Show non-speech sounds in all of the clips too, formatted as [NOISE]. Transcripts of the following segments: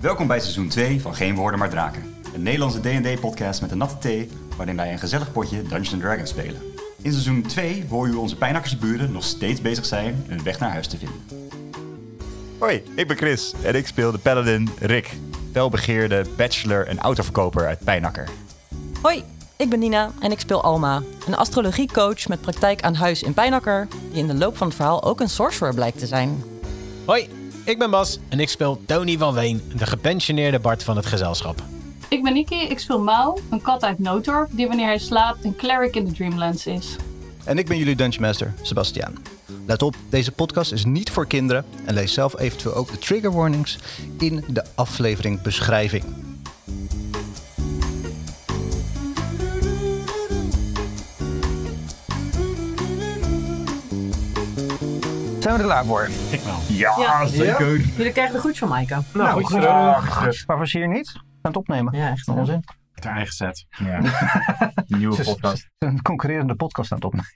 Welkom bij seizoen 2 van Geen Woorden Maar Draken. Een Nederlandse D&D-podcast met een natte thee... waarin wij een gezellig potje Dungeons Dragons spelen. In seizoen 2 hoor je hoe onze pijnakkersburen nog steeds bezig zijn... hun weg naar huis te vinden. Hoi, ik ben Chris en ik speel de paladin Rick. Welbegeerde bachelor en autoverkoper uit Pijnakker. Hoi, ik ben Nina en ik speel Alma, een astrologiecoach met praktijk aan huis in Pijnakker, die in de loop van het verhaal ook een sorcerer blijkt te zijn. Hoi, ik ben Bas en ik speel Tony van Ween, de gepensioneerde Bart van het gezelschap. Ik ben Nikki, ik speel Mau, een kat uit Noodorp die wanneer hij slaapt een cleric in de Dreamlands is. En ik ben jullie Dungeon Master, Sebastiaan. Let op, deze podcast is niet voor kinderen en lees zelf eventueel ook de trigger warnings in de aflevering beschrijving. Zijn we er klaar voor? Ja, zeker. Jullie krijgen er goed van, Maaike. Nou, goed. Waarvoor Waarvoor zie je hier niet? Aan het opnemen. Ja, echt. Onzin. Ter eigen set. [LAUGHS] Nieuwe Dus- Ze- ze- podcast. Een concurrerende podcast aan het opnemen.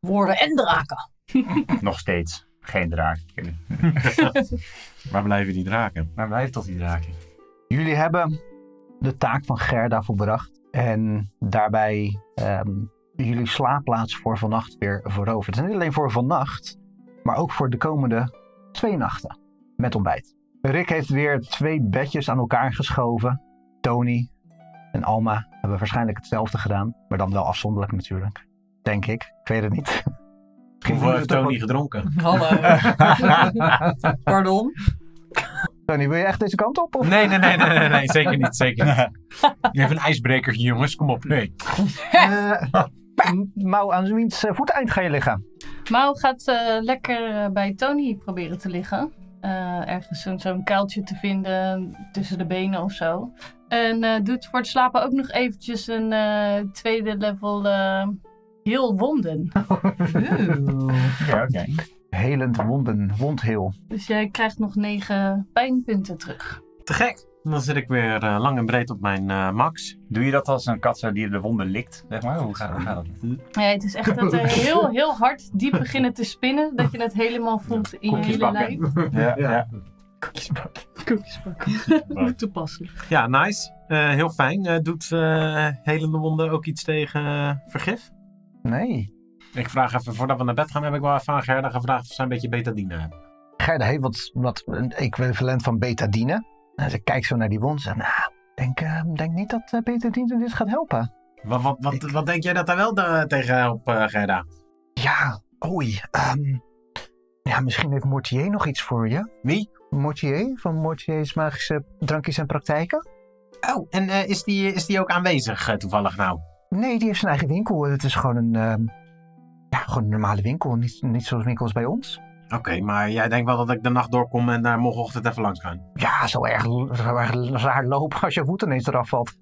Woorden en draken. Nog steeds. Geen [LAUGHS] draak. Waar blijven die draken? Maar blijft tot die draak. Jullie hebben de taak van Gerda volbracht. En daarbij ehm, jullie slaapplaats voor vannacht weer veroverd. En niet alleen voor vannacht, maar ook voor de komende twee nachten. Met ontbijt. Rick heeft weer twee bedjes aan elkaar geschoven. Tony en Alma hebben waarschijnlijk hetzelfde gedaan. Maar dan wel afzonderlijk natuurlijk. Denk ik. Ik weet het niet. Misschien Hoeveel voelen heeft we het ook Tony [LAUGHS] gedronken? Hallo. wel- [LAUGHS] Pardon. Tony, wil je echt deze kant op? Of? Nee, nee, nee, nee, nee, nee, zeker niet, zeker niet. [LAUGHS] Even een ijsbrekertje, jongens, kom op. Nee. Eh, Mouw aan Zwiens eh, voeteind ga je liggen. Mau gaat eh, lekker eh, bij Tony proberen te liggen. Eh, ergens een- zo'n kuiltje te vinden tussen de benen of zo. En eh, doet voor het slapen ook nog eventjes een eh, tweede level eh, heel wonden. Ja, oké. Helend wonden, wondheel. Dus jij krijgt nog negen pijnpunten terug. Te gek. Dan zit ik weer eh, lang en breed op mijn eh, max. Doe je dat als een kat zo die de wonden likt? Zeg maar, hoe gaat, hoe gaat dat? Ja, het is echt dat er heel, heel hard diep beginnen te spinnen. Dat je het helemaal voelt in je hele lijf. Ja, ja. [LAUGHS] Moet [LAUGHS] toepasselijk. Ja, nice. Eh, heel fijn. Eh, doet eh helende wonden ook iets tegen eh, vergif? Nee. Ik vraag even, voordat we naar bed gaan, heb ik wel even aan Gerda gevraagd of zij een beetje betadine hebben. Gerda heeft wat, wat een equivalent van betadine. En ze kijkt zo naar die wond en zegt, nou, denk, eh, denk niet dat eh, betadine dit gaat helpen. Wat, wat, wat, wat denk jij dat daar wel eh, tegen helpt, eh, Gerda? Ja, oei. ehm, ja, misschien heeft Mortier nog iets voor je. Wie? Mortier, van Mortier's Magische Drankjes en Praktijken. Oh, en eh, is, die, is die ook aanwezig eh, toevallig nou? Nee, die heeft zijn eigen winkel. Het is gewoon een, ehm, ja, gewoon een normale winkel. Niet, niet zoals winkels bij ons. Oké, maar jij denkt wel dat ik de nacht doorkom en daar morgenochtend even langs gaan. Ja, zo erg, zo erg raar lopen als je voet ineens eraf valt.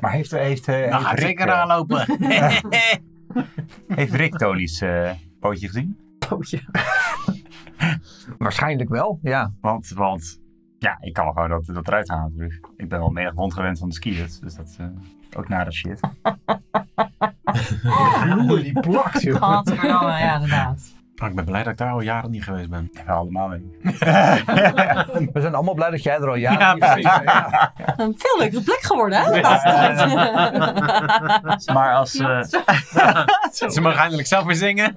Maar heeft, heeft, eh, Dan heeft, ga Rick, ik Nou, zeker eh, aanlopen. [LAUGHS] [LAUGHS] heeft Rick Tony's eh, pootje gezien? Waarschijnlijk wel, ja. Want, want ja, ik kan gewoon dat, dat eruit halen natuurlijk. Ik ben wel menig wond gewend van de skiers, dus dat eh ook nare shit. die plakt, joh. Gadverdamme, ja, inderdaad. Oh, ik ben blij dat ik daar al jaren niet geweest ben. Ja, allemaal mee. [LAUGHS] We zijn allemaal blij dat jij er al jaren Ja, niet bent. precies. Een veel leukere plek geworden, hè? de laatste tijd. Maar als, eh, Ja, Ze mag eindelijk zelf weer zingen.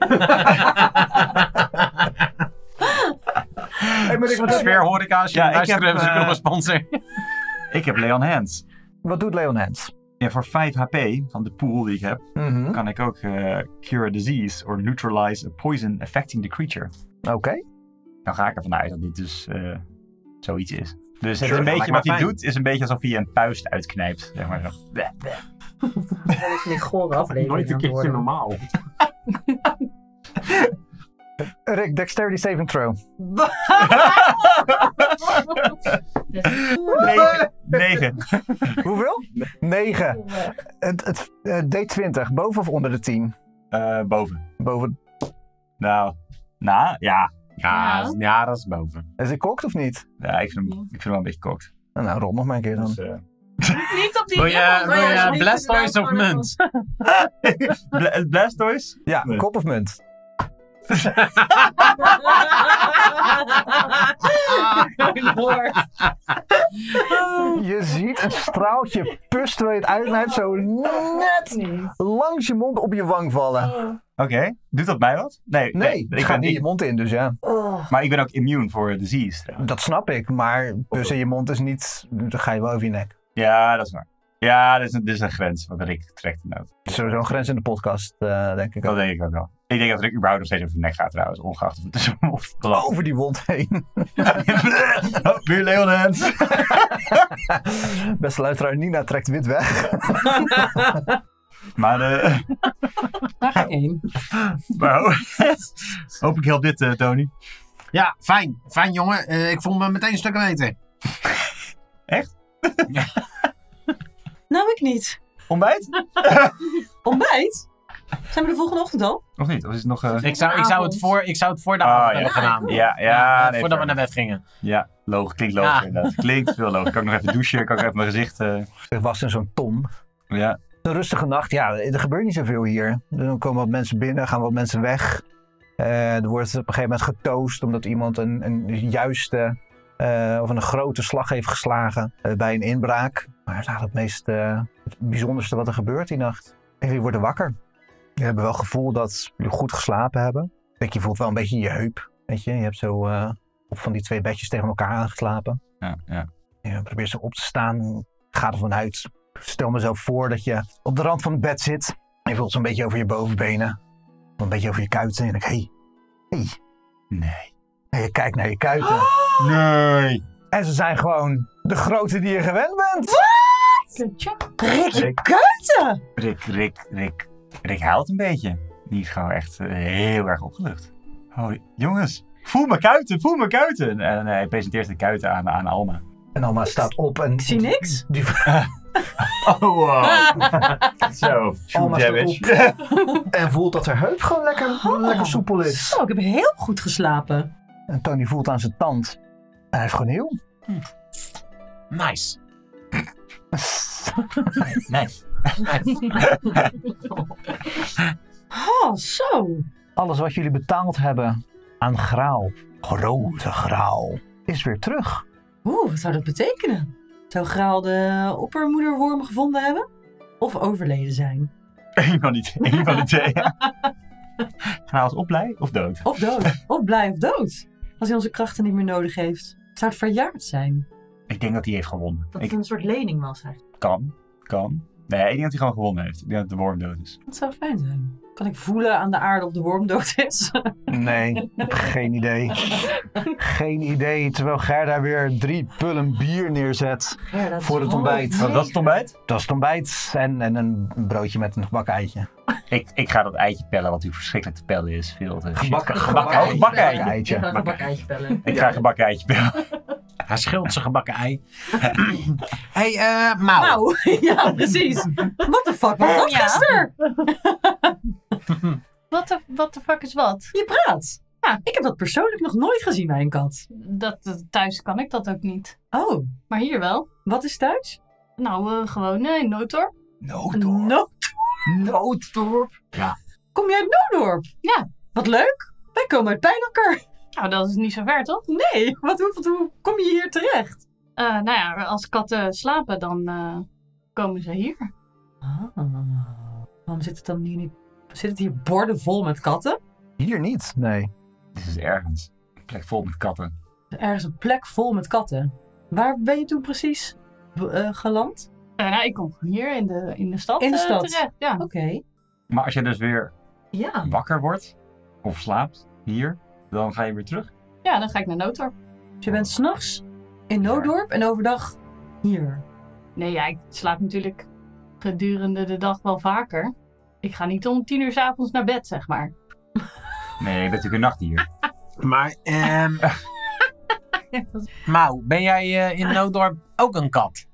Hey, maar ik- wat, Sfeer horeca, als je Ja, ja, ik luistert, heb, hebben ze ook eh, nog een sponsor. ik heb Leon Hands. wat doet Leon Hens? Ja, voor 5 HP van de pool die ik heb, Mhm. kan ik ook eh, Cure a Disease or Neutralize a Poison Affecting the Creature. Oké. Dan ga ik ervan uit dat dit dus eh, zoiets is. Dus het Sure, is een lijkt beetje, me wat hij fijn. doet, is een beetje alsof hij een puist uitknijpt. Zeg maar. zo. Dat is een gore aflevering. aan het worden. normaal. Rick, Dexterity Saving Throw. Oh, Negen. Negen. [LAUGHS] Hoeveel? 9. oh. Het, het, eh, D20, boven of onder de 10? Eh, boven. Boven. Nou, nou ja. Ja, Ja. ja. ja, dat is boven. Is het kokt of niet? ja ik, vind hem, ik vind hem wel een beetje kokt. Nou, rol nog maar een keer dan. Dus, eh, Niet op die Wil je, level, wil maar je niet Blastoise of inderdaad voor de- munt? [LAUGHS] Bla- Blastoise? Ja, Nee. kop of munt? Mooi woord. Je ziet een straaltje pus terwijl je het uitnijdt zo net niet. langs je mond op je wang vallen. Oké, doet dat mij wat? Nee, Nee, het ik, gaat ben, niet ik- je mond in, dus ja. maar ik ben ook immuun voor disease trouwens. Dat snap ik, maar pus in je mond is niet... Dan ga je wel over je nek. Ja, dat is waar. Ja, dat is een, dat is een grens, want Rick trekt inderdaad. Dat is Sowieso een grens in de podcast, eh, denk ik. Dat ook. denk ik ook wel. Ik denk dat Rick überhaupt nog steeds over zijn nek gaat trouwens, ongeacht of het tussen hem of Over die wond heen. [LAUGHS] Oh, Weer Leonens! Beste luisteraar, Nina trekt wit weg. [LAUGHS] Maar, eh [LAUGHS] Daar ga ik heen. maar ho- [LAUGHS] hoop ik help dit, eh, Tony. Ja, fijn. Fijn, jongen. Eh, ik voel me meteen een stuk beter. Nou, ik niet. Ontbijt? Ontbijt? Zijn we de volgende ochtend al? Of niet? Of is het nog... eh, Ik zou, ik, zou het Avond. voor, ik zou het voor de Ah, Oh, avond ja. hebben gedaan. Ja, Ja, ja, nee, voordat we fair naar bed gingen. Ja, logisch. Klinkt logisch Ja. inderdaad. Klinkt veel logisch. Kan ik nog even douchen? Kan ik even mijn gezicht... eh, Er was in zo'n tom. ja. Een rustige nacht. Ja, er gebeurt niet zoveel hier. Dan komen wat mensen binnen, gaan wat mensen weg. Eh, er wordt op een gegeven moment getoast omdat iemand een, een juiste eh, of een grote slag heeft geslagen eh, bij een inbraak. Maar dat is eigenlijk het meest eh, het bijzonderste wat er gebeurt die nacht. En jullie worden wakker. Jullie hebben wel het gevoel dat jullie goed geslapen hebben. Ik, je voelt wel een beetje je heup. Weet je, je hebt zo eh, op van die twee bedjes tegen elkaar aangeslapen. Ja, ja. Je probeert zo Eh, op te staan. Ga ervan uit. Stel mezelf voor dat je op de rand van het bed zit. En je voelt zo'n beetje over je bovenbenen. Een beetje over je kuiten. En ik, hey, hey. Nee. En je kijkt naar je kuiten. Oh! Nee. En ze zijn gewoon de grootte die je gewend bent. Rick, je Rick. kuiten! Rick, Rick, Rick. Rick huilt een beetje. Die is gewoon echt eh, heel erg opgelucht. Oh, jongens. Voel mijn kuiten, voel mijn kuiten. En eh, hij presenteert de kuiten aan, aan Alma. En Alma staat op en... Ik zie niks. Die, Oh, wow. Zo, Alma staat op damage. [LAUGHS] en voelt dat haar heup gewoon lekker, lekker soepel is. Ah. Zo, ik heb heel goed geslapen. En Tony voelt aan zijn tand. En hij is gewoon heel... Hm. Nice. Nice. Oh, zo. [LAUGHS] Alles wat jullie betaald hebben aan graal, grote graal, is weer terug. Oeh, wat zou dat betekenen? Zou Graal de oppermoederworm gevonden hebben? Of overleden zijn? Eén van die twee. Eén van die twee. Gaan als opblij of dood? Of dood? of blij of dood? Als hij onze krachten niet meer nodig heeft. Zou het verjaard zijn? Ik denk dat hij heeft gewonnen. Dat Ik het een soort lening was eigenlijk. kan. Kan. Nee, ik denk dat hij gewoon gewonnen heeft. Ik denk dat de worm dood is. Dat zou fijn zijn. Kan ik voelen aan de aarde of de worm dood is? Nee, geen idee. Geen idee. Terwijl Gerda weer drie pullen bier neerzet. Ja, dat is Voor het half ontbijt. negen. Want dat is het ontbijt? Dat is het ontbijt en, en een broodje met een gebakken eitje. Ik, ik ga dat eitje pellen, wat natuurlijk verschrikkelijk te pellen is. Veel te Gebakken, gebakken, gebakken oh, gebakken eitje. eitje. Ik ga eitje. een bakkeitje bellen. Ik ga een gebakken eitje pellen. Hij schilt zijn gebakken ei. Hé, hey, eh Mau. Nou, [LAUGHS] ja, precies. What the fuck was dat Ja. gisteren? Wat de what the fuck is wat? Je praat. Ja, ik heb dat persoonlijk nog nooit gezien bij een kat. Dat, dat- thuis kan ik dat ook niet. Oh, Maar hier wel. wat is thuis? Nou, eh, gewoon nee, notor. Noodorp. Kom jij uit Noodorp? Ja. Wat leuk. Wij komen uit Pijnakker. [LAUGHS] Nou, dat is niet zo ver, toch? Nee, wat, hoe, hoe kom je hier terecht? Eh, nou ja, als katten slapen, dan eh, komen ze hier. Ah, waarom zit het dan hier niet... Zit het hier borden vol met katten? Hier niet, nee. Dit is ergens. Een plek vol met katten. Ergens een plek vol met katten. Waar ben je toen precies eh, geland? Eh, nou, ik kom gewoon hier in de, in de stad In de eh, stad. terecht. Ja. Oké. Maar als je dus weer Ja. wakker wordt, of slaapt, hier, dan ga je weer terug. ja, dan ga ik naar Notor. Dus je bent s'nachts in Noodorp en overdag hier. Nee, ja, ik slaap natuurlijk gedurende de dag wel vaker. Ik ga niet om tien uur 's avonds naar bed, zeg maar. [LAUGHS] Nee, je bent natuurlijk een nacht hier. Maar, ehm Mau, ben jij eh, in Noodorp ook een kat?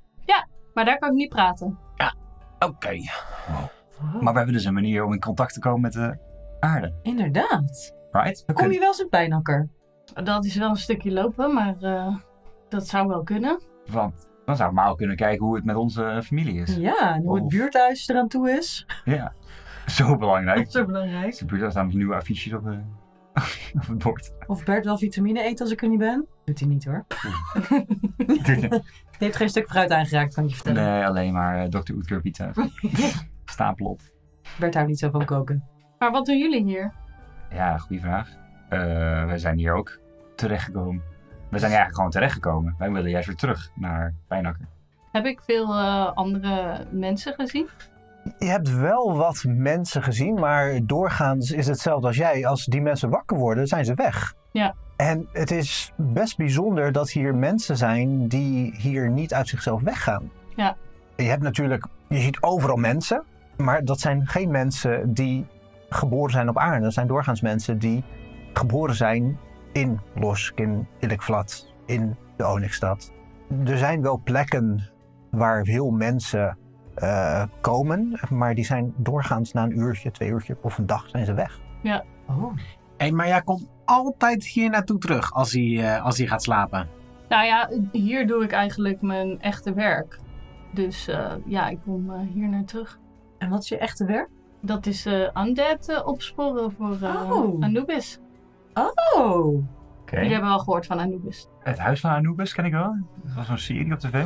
Maar daar kan ik niet praten. Oké. Maar we hebben dus een manier om in contact te komen met de aarde. Inderdaad. Right? We Kom kunnen- je wel eens in Pijnakker? Dat is wel een stukje lopen, maar eh, dat zou wel kunnen. Want dan zou Mao kunnen kijken hoe het met onze eh, familie is. Ja, en hoe het Of- buurthuis eraan toe is. Ja. Zo belangrijk. [LAUGHS] Zo belangrijk. Als de buurt daar staan nu nieuwe affiches op. eh, [LAUGHS] Op het [LAUGHS] bord. Of Bert wel vitamine eet als ik er niet ben? Doet hij niet hoor. Die heeft geen stuk fruit aangeraakt, kan ik je vertellen. nee, alleen maar Dr. Oetker pizza. Stapel op. Bert houdt niet zo van koken. Maar wat doen jullie hier? Ja, goede vraag. Eh, we zijn hier ook terechtgekomen. We zijn hier eigenlijk gewoon terechtgekomen. Wij willen juist weer terug naar Pijnakker. Heb ik veel eh, andere mensen gezien? Je hebt wel wat mensen gezien, maar doorgaans is hetzelfde als jij. Als die mensen wakker worden, zijn ze weg. Ja. En het is best bijzonder dat hier mensen zijn die hier niet uit zichzelf weggaan. Ja. Je hebt natuurlijk, je ziet overal mensen, maar dat zijn geen mensen die geboren zijn op aarde. Dat zijn doorgaans mensen die geboren zijn in Losk, in Ilikvlat, in de Onyxstad. Er zijn wel plekken waar veel mensen eh, komen, maar die zijn doorgaans na een uurtje, twee uurtje of een dag zijn ze weg. Oh. Hé, maar jij komt altijd hier naartoe terug als hij, eh, als hij gaat slapen. Nou ja, hier doe ik eigenlijk mijn echte werk. Dus eh, ja, ik kom eh, hier naar terug. En wat is je echte werk? Dat is eh undead eh, opsporen voor eh, Oh. Anubis. Oh. Oké. Jullie hebben wel gehoord van Anubis. Het huis van Anubis ken ik wel. Dat was zo'n serie op tv.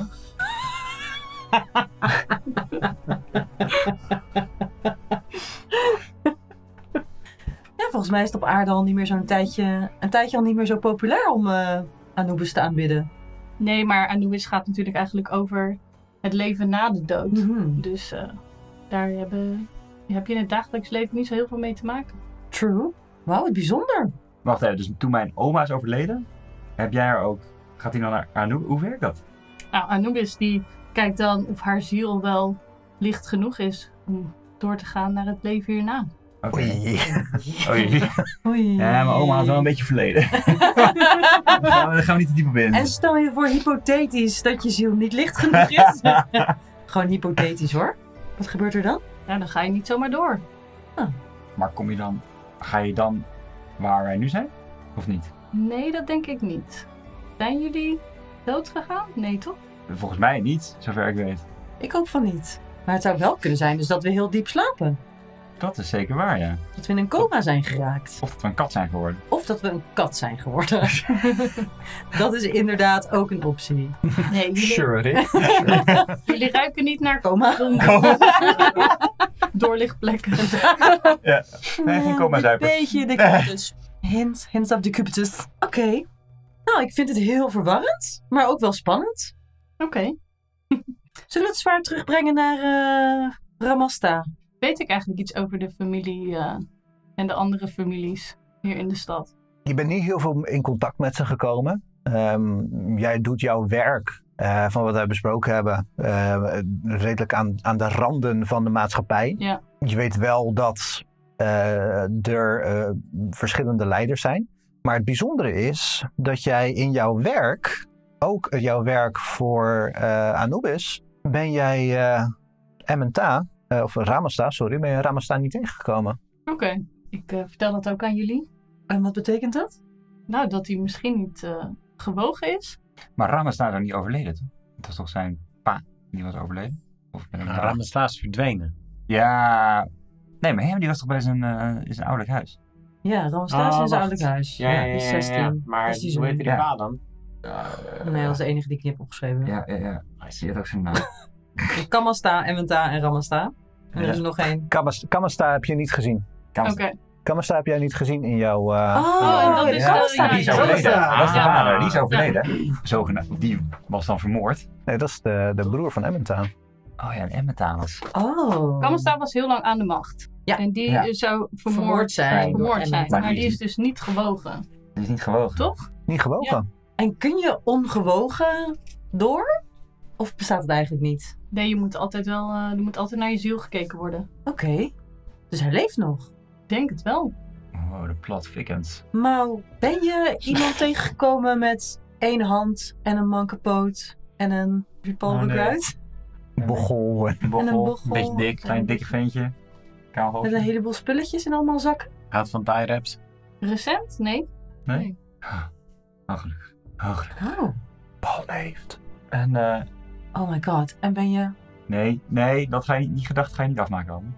Ja, volgens mij is het op aarde al niet meer zo'n tijdje, een tijdje al niet meer zo populair om eh Anubis te aanbidden. Nee, maar Anubis gaat natuurlijk eigenlijk over het leven na de dood. Mhm. Dus eh, daar hebben, heb je in het dagelijks leven niet zo heel veel mee te maken. True. Wauw, wat bijzonder. Wacht even, dus toen mijn oma is overleden, heb jij haar ook... Gaat hij dan naar Anubis? Hoe werkt dat? Nou, Anubis die kijkt dan of haar ziel wel licht genoeg is om door te gaan naar het leven hierna. Oké. Oei. [LAUGHS] Oei. Oei. Ja, mijn oma had wel een beetje [LAUGHS] verleden. Daar gaan we- daar gaan we niet te diep op in. En stel je voor hypothetisch dat je ziel niet licht genoeg [LAUGHS] is. Gewoon hypothetisch hoor. Wat gebeurt er dan? Nou, dan ga je niet zomaar door. Maar kom je dan... Ga je dan waar wij nu zijn? Of niet? Nee, dat denk ik niet. Zijn jullie dood gegaan? Nee, toch? Volgens mij niet, zover ik weet. Ik hoop van niet. Maar het zou wel kunnen zijn dus dat we heel diep slapen. Dat is zeker waar, ja. Dat we in een coma zijn geraakt. Of dat we een kat zijn geworden. Of dat we een kat zijn [LAUGHS] geworden. dat is inderdaad ook een optie. Nee, jullie, [LAUGHS] Rick. jullie ruiken niet naar Coma. [LAUGHS] [LAUGHS] doorlichtplekken. Nee, geen coma Een zuipen. beetje de cubitus. Hint, hint of de cubitus. Oké. Nou, ik vind het heel verwarrend, maar ook wel spannend. Oké, Zullen we het zwaar terugbrengen naar eh, Ramasta? weet ik eigenlijk iets over de familie eh, en de andere families hier in de stad? Je bent niet heel veel in contact met ze gekomen. Ehm, jij doet jouw werk eh, van wat wij besproken hebben eh, redelijk aan, aan de randen van de maatschappij. Ja. Je weet wel dat eh, er eh, verschillende leiders zijn. Maar het bijzondere is dat jij in jouw werk, ook jouw werk voor eh, Anubis, ben jij eh Ementa, eh, of Ramasta, sorry, ben je Ramasta niet tegengekomen. Oké, ik eh, vertel dat ook aan jullie. En wat betekent dat? Nou, dat hij misschien niet eh, gewogen is. Maar Rama is daar dan niet overleden, toch? Het was toch zijn pa die was overleden? Of ben ik nou- Ramestaas verdwenen. Ja. Nee, maar hem die was toch bij zijn, eh, in zijn ouderlijk huis? Ja, Ramasta is in zijn ouderlijk huis. die is 16. Maar Dus die is hoe heet die Ja. pa dan? Nee, dat is de enige die ik niet heb opgeschreven. Ja, ja, ja. Zie je ook zijn naam? Kamasta, Ementa en Ramasta. En er is er nog één. Kamas- Kamasta heb je niet gezien. Oké. Kamasta heb jij niet gezien in jouw... eh, Oh, Oh. Oh, en dat is Kamasta. Ja, Oh, die die is is overleden. overleden. Dat is de Ah. vader, die is overleden. Zogenaamd. Die was dan vermoord. Nee, dat is de, de broer van Emmentaan. Oh ja, en Emmetaan was. Oh. Kamasta was heel lang aan de macht. Ja. En die Ja. eh, zou vermoord, Vermoord zijn. vermoord zijn. Maar Maar, die die is is dus niet gewogen. Die is niet gewogen. Toch? Niet gewogen. En kun je ongewogen door? Of bestaat het eigenlijk niet? Nee, je moet altijd wel, eh, er moet altijd naar je ziel gekeken worden. Oké. Dus hij leeft nog. Ik denk het wel. Oh, de plat fikkens. Maar ben je iemand tegengekomen met één hand en een mankenpoot en een Oh, repalbekruid? Bochol. Een en een bochel. bochel. een beetje dik, Klein dikke ventje. Kaal Oh. Met hoofdje. een heleboel spulletjes in allemaal zakken? Houdt van tie raps. Recent? Nee. Oh, gelukkig. Oh, gelukkig. Oh. Paul leeft. En, eh, Oh my god. En ben je... nee, nee, dat ga je, die gedachte ga je niet afmaken, Anne.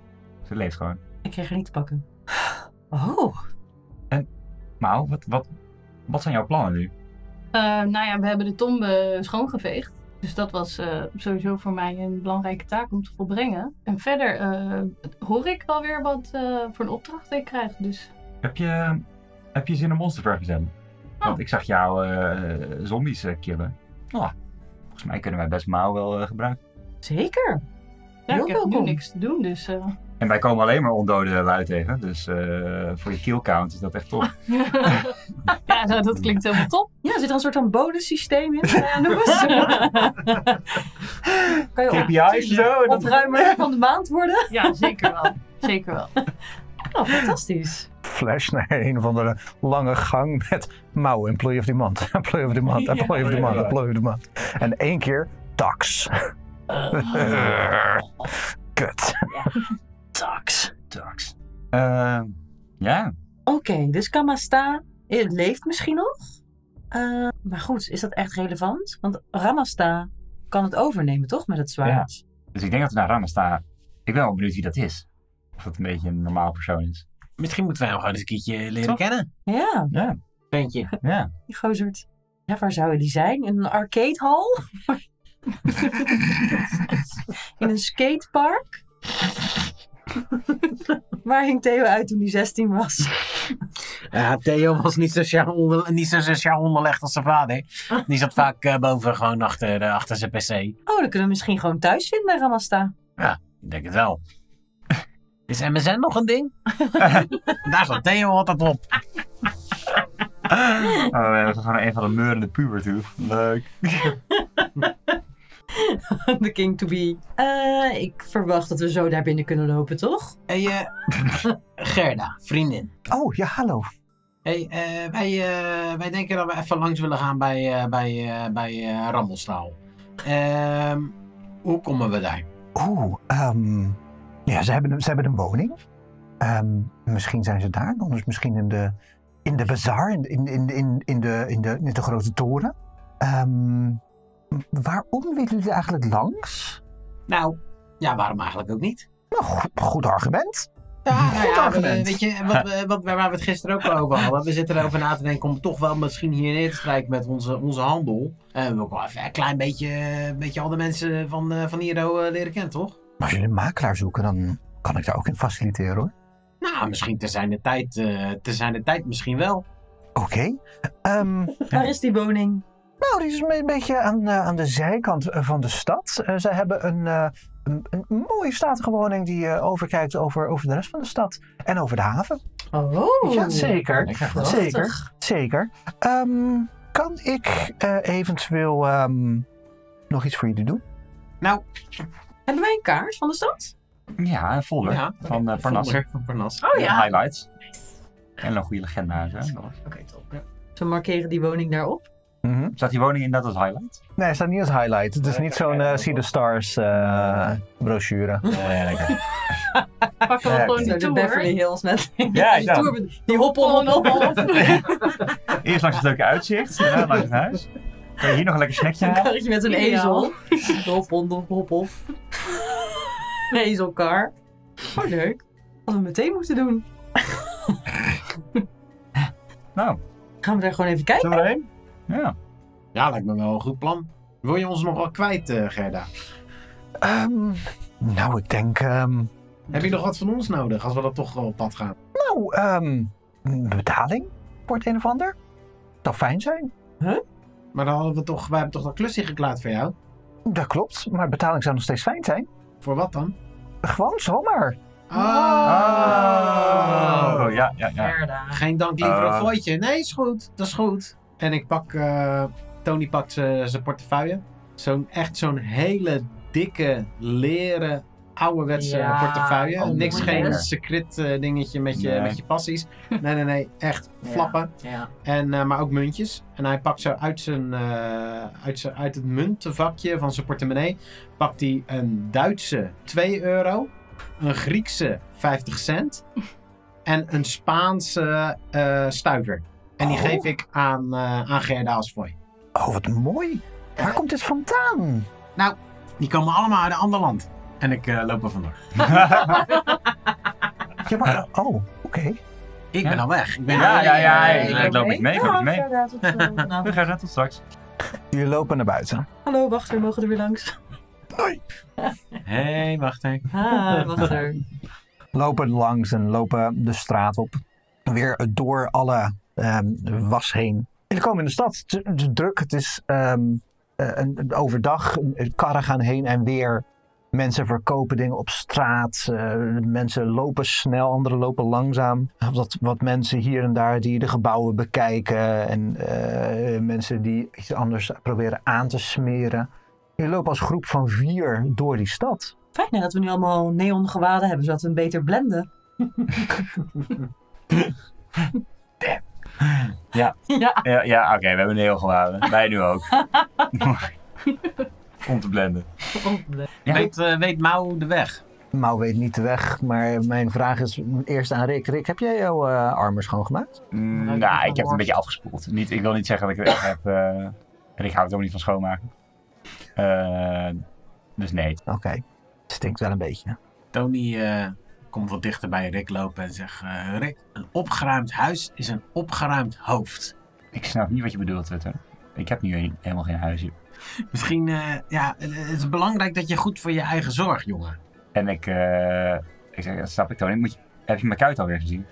Ze leeft gewoon. Ik kreeg er niet te pakken. Oh. Mau, wat, wat, wat zijn jouw plannen nu? Eh, nou ja, we hebben de tombe schoongeveegd. Dus dat was eh, sowieso voor mij een belangrijke taak om te volbrengen. En verder eh, hoor ik wel weer wat eh, voor een opdracht ik krijg. Dus Heb je, heb je zin om ons te vergezellen? Want ik zag jou eh, zombies eh, killen. Nou, volgens mij kunnen wij best Mau wel eh, gebruiken. Zeker. ja, Heel ik heb nu welkom. niks te doen. Dus eh, En wij komen alleen maar ondode lui tegen. Dus eh, voor je kill count is dat echt top. [LAUGHS] ja, nou, dat klinkt helemaal top. Ja, zit er een soort van bonussysteem in? bij [LAUGHS] Anubis? kan je op, KPI's zo. en dan- opruimer van de maand worden? Ja, zeker wel. Zeker wel. Oh, fantastisch. Flash naar een of andere lange gang met mouw. Employee of the month. [LAUGHS] Employee of the month. Employee of the month. Employee of the month. En één keer tax. [LAUGHS] Kut. Tax. Tax. Eh, ja, Oké, dus Kamasta eh, leeft misschien nog. Eh, maar goed, is dat echt relevant? Want Ramasta kan het overnemen, toch? Met het zwaard. dus ik denk dat we naar Ramasta... Ik ben wel benieuwd wie dat is. Of dat een beetje een normaal persoon is. Misschien moeten wij hem gewoon eens een keertje leren Toch? kennen. Ja, Ja, Denk je? [LAUGHS] ja. die gozerd. Ja, waar zou die zijn? In een arcadehal? [LAUGHS] In een skatepark? [LAUGHS] waar hing Theo uit toen hij 16 was? Ja, Theo was niet zo, sociaal onder, niet zo sociaal onderlegd als zijn vader. [LAUGHS] Die zat vaak eh, boven gewoon achter, eh, achter zijn pc. Oh, dan kunnen we misschien gewoon thuis vinden bij Ramasta. Ik denk het [LAUGHS] wel. Is MSN nog een [LAUGHS] ding? Daar zat Theo altijd op. Oh, we hebben gewoon een van de meurende puber toe. Leuk. [LAUGHS] The king to be. Eh, ik verwacht dat we zo daar binnen kunnen lopen, toch? Hey, eh, Gerda, vriendin. Oh, ja, hallo. Hey, eh, wij, eh, wij denken dat we even langs willen gaan bij, eh, bij, eh, bij eh, Rammelstaal. Ehm, hoe komen we daar? Oeh, ehm, ja, ze hebben, ze hebben een woning. Ehm, misschien zijn ze daar, anders misschien in de, in de bazaar, in, in, in, in, in, de, in, de, in de grote toren. Ehm, waarom willen jullie eigenlijk langs? Nou, ja, waarom eigenlijk ook niet? Nou, goed, goed argument. Ja, nou Goed ja, we- argument. weet je, [LAUGHS] wat, we- wat, we- waar we het gisteren ook al over hadden. We zitten erover na te denken om toch wel misschien hier neer te strijken met onze, onze handel. En we ook wel even een klein beetje, een beetje al de mensen van, eh, van Hero eh, leren kennen, toch? Maar als jullie een makelaar zoeken, dan kan ik daar ook in faciliteren hoor. Nou, misschien te zijn de tijd, eh te zijn de tijd misschien wel. Oké. Ehm, Waar is die woning? Nou, die is een beetje aan, eh, aan de zijkant eh, van de stad. Eh, zij hebben een, eh, een, een mooie statige woning die eh, overkijkt over, over de rest van de stad. En over de haven. Oh, ja, zeker. Lekker. Zeker. Zeker. Ehm, kan ik eh, eventueel ehm, nog iets voor jullie doen? Hebben wij een kaart van de stad? Ja, een folder Ja, van eh, Parnas. Volder Van Parnas. Oh ja. Highlights. En een goede legenda. en zo. Oké, top. Ze markeren die woning daarop. Staat die woning in dat als highlight? Nee, het staat niet als highlight. Het is niet zo'n eh, See the Stars eh, brochure. Ja, lekker. Pakken we Ja, gewoon Zo die de tour. Beverly Hills met Ja, [LAUGHS] ik die, dacht, tour, die hoppel en op. [LAUGHS] [LAUGHS] Eerst langs het leuke uitzicht, [LAUGHS] daarna langs het huis. Kan je hier nog een lekker snackje Een halen? karretje met een Ideaal. ezel. [LAUGHS] Hop, hop, hop, hop, hop. Een ezelkar. Oh, leuk. Wat we meteen moeten doen. Nou, Gaan we daar gewoon even kijken? zullen we erheen? Ja. Ja, lijkt me wel een goed plan. Wil je ons nog wel kwijt, eh, Gerda? Ehm, nou, ik denk... ehm, Heb je nog wat van ons nodig als we dat toch wel op pad gaan? nou, ehm, een betaling voor het een of ander. Zou fijn zijn. Maar dan hadden we toch, wij hebben toch dat klusje geklaard voor jou? Dat klopt, maar betaling zou nog steeds fijn zijn. Voor wat dan? Gewoon zomaar. Oh, ja, ja, ja. Gerda. Geen dank liever Ah. een fooitje. Nee, is goed. Dat is goed. En ik pak... eh, Tony pakt zijn portefeuille. Zo'n, echt zo'n hele dikke, leren, ouderwetse Ja, portefeuille. oh, Niks, mooi, geen hè? secret eh, dingetje met je, Nee. met je [LAUGHS] passies. Nee, nee, nee. Echt flappen. Ja. En, eh, maar ook muntjes. En hij pakt zo uit, zijn, eh, uit, zijn, uit het muntenvakje van zijn portemonnee... pakt hij een Duitse 2 euro... een Griekse 50 [LAUGHS] cent... en een Spaanse eh, stuiver. En die Oh. geef ik aan, eh, aan Gerda als fooi. Oh, wat mooi. Waar komt dit vandaan? Die komen allemaal uit een ander land. En ik eh, loop er vandoor. Ja, maar... Oh, oké. Ik Ja. ben al weg. Ik ben [LAUGHS] Ja, ja, ja. Ik Oké. loop niet mee, ik loop niet mee. Ja, tot, eh, [LAUGHS] nou. We gaan tot straks. Jullie lopen naar buiten. Hallo, wacht, we mogen er weer langs. Hé, hey, wacht even. Ah, [LAUGHS] wacht er. lopen langs en lopen de straat op. Weer door alle ehm, was heen. En dan komen we in de stad. Het is- het is druk. Het is ehm, eh, een, een overdag. Karren gaan heen en weer. Mensen verkopen dingen op straat. eh, mensen lopen snel, anderen lopen langzaam. Wat, wat mensen hier en daar die de gebouwen bekijken. En eh, mensen die iets anders proberen aan te smeren. Je loopt als groep van vier door die stad. Fijn hè, dat we nu allemaal neongewaden hebben, zodat we hem beter blenden. Ja. Ja. Ja, ja oké, we hebben een heel gewaden. Wij nu [LAUGHS] ook. Om te blenden. Ja. Weet, eh, weet Mau de weg? Mau weet niet de weg, maar mijn vraag is eerst aan Rick. Rick, heb jij jouw eh armen schoongemaakt? Mm, Ruikt nou, ik het van heb het een worst? beetje afgespoeld. Niet, ik wil niet zeggen dat ik het echt heb. eh, en ik hou het ook niet van schoonmaken. Eh, dus nee. Oké, het stinkt wel een beetje. Tony eh, komt wat dichter bij Rick lopen en zegt... eh, Rick, een opgeruimd huis is een opgeruimd hoofd. Ik snap niet wat je bedoelt, Twitter. Ik heb nu een- helemaal geen huisje. Misschien, eh, ja, het het is belangrijk dat je goed voor je eigen zorg, [LAUGHS] jongen. En ik, eh, ik zeg, dat snap ik dan. Moet je, heb je mijn kuit alweer gezien?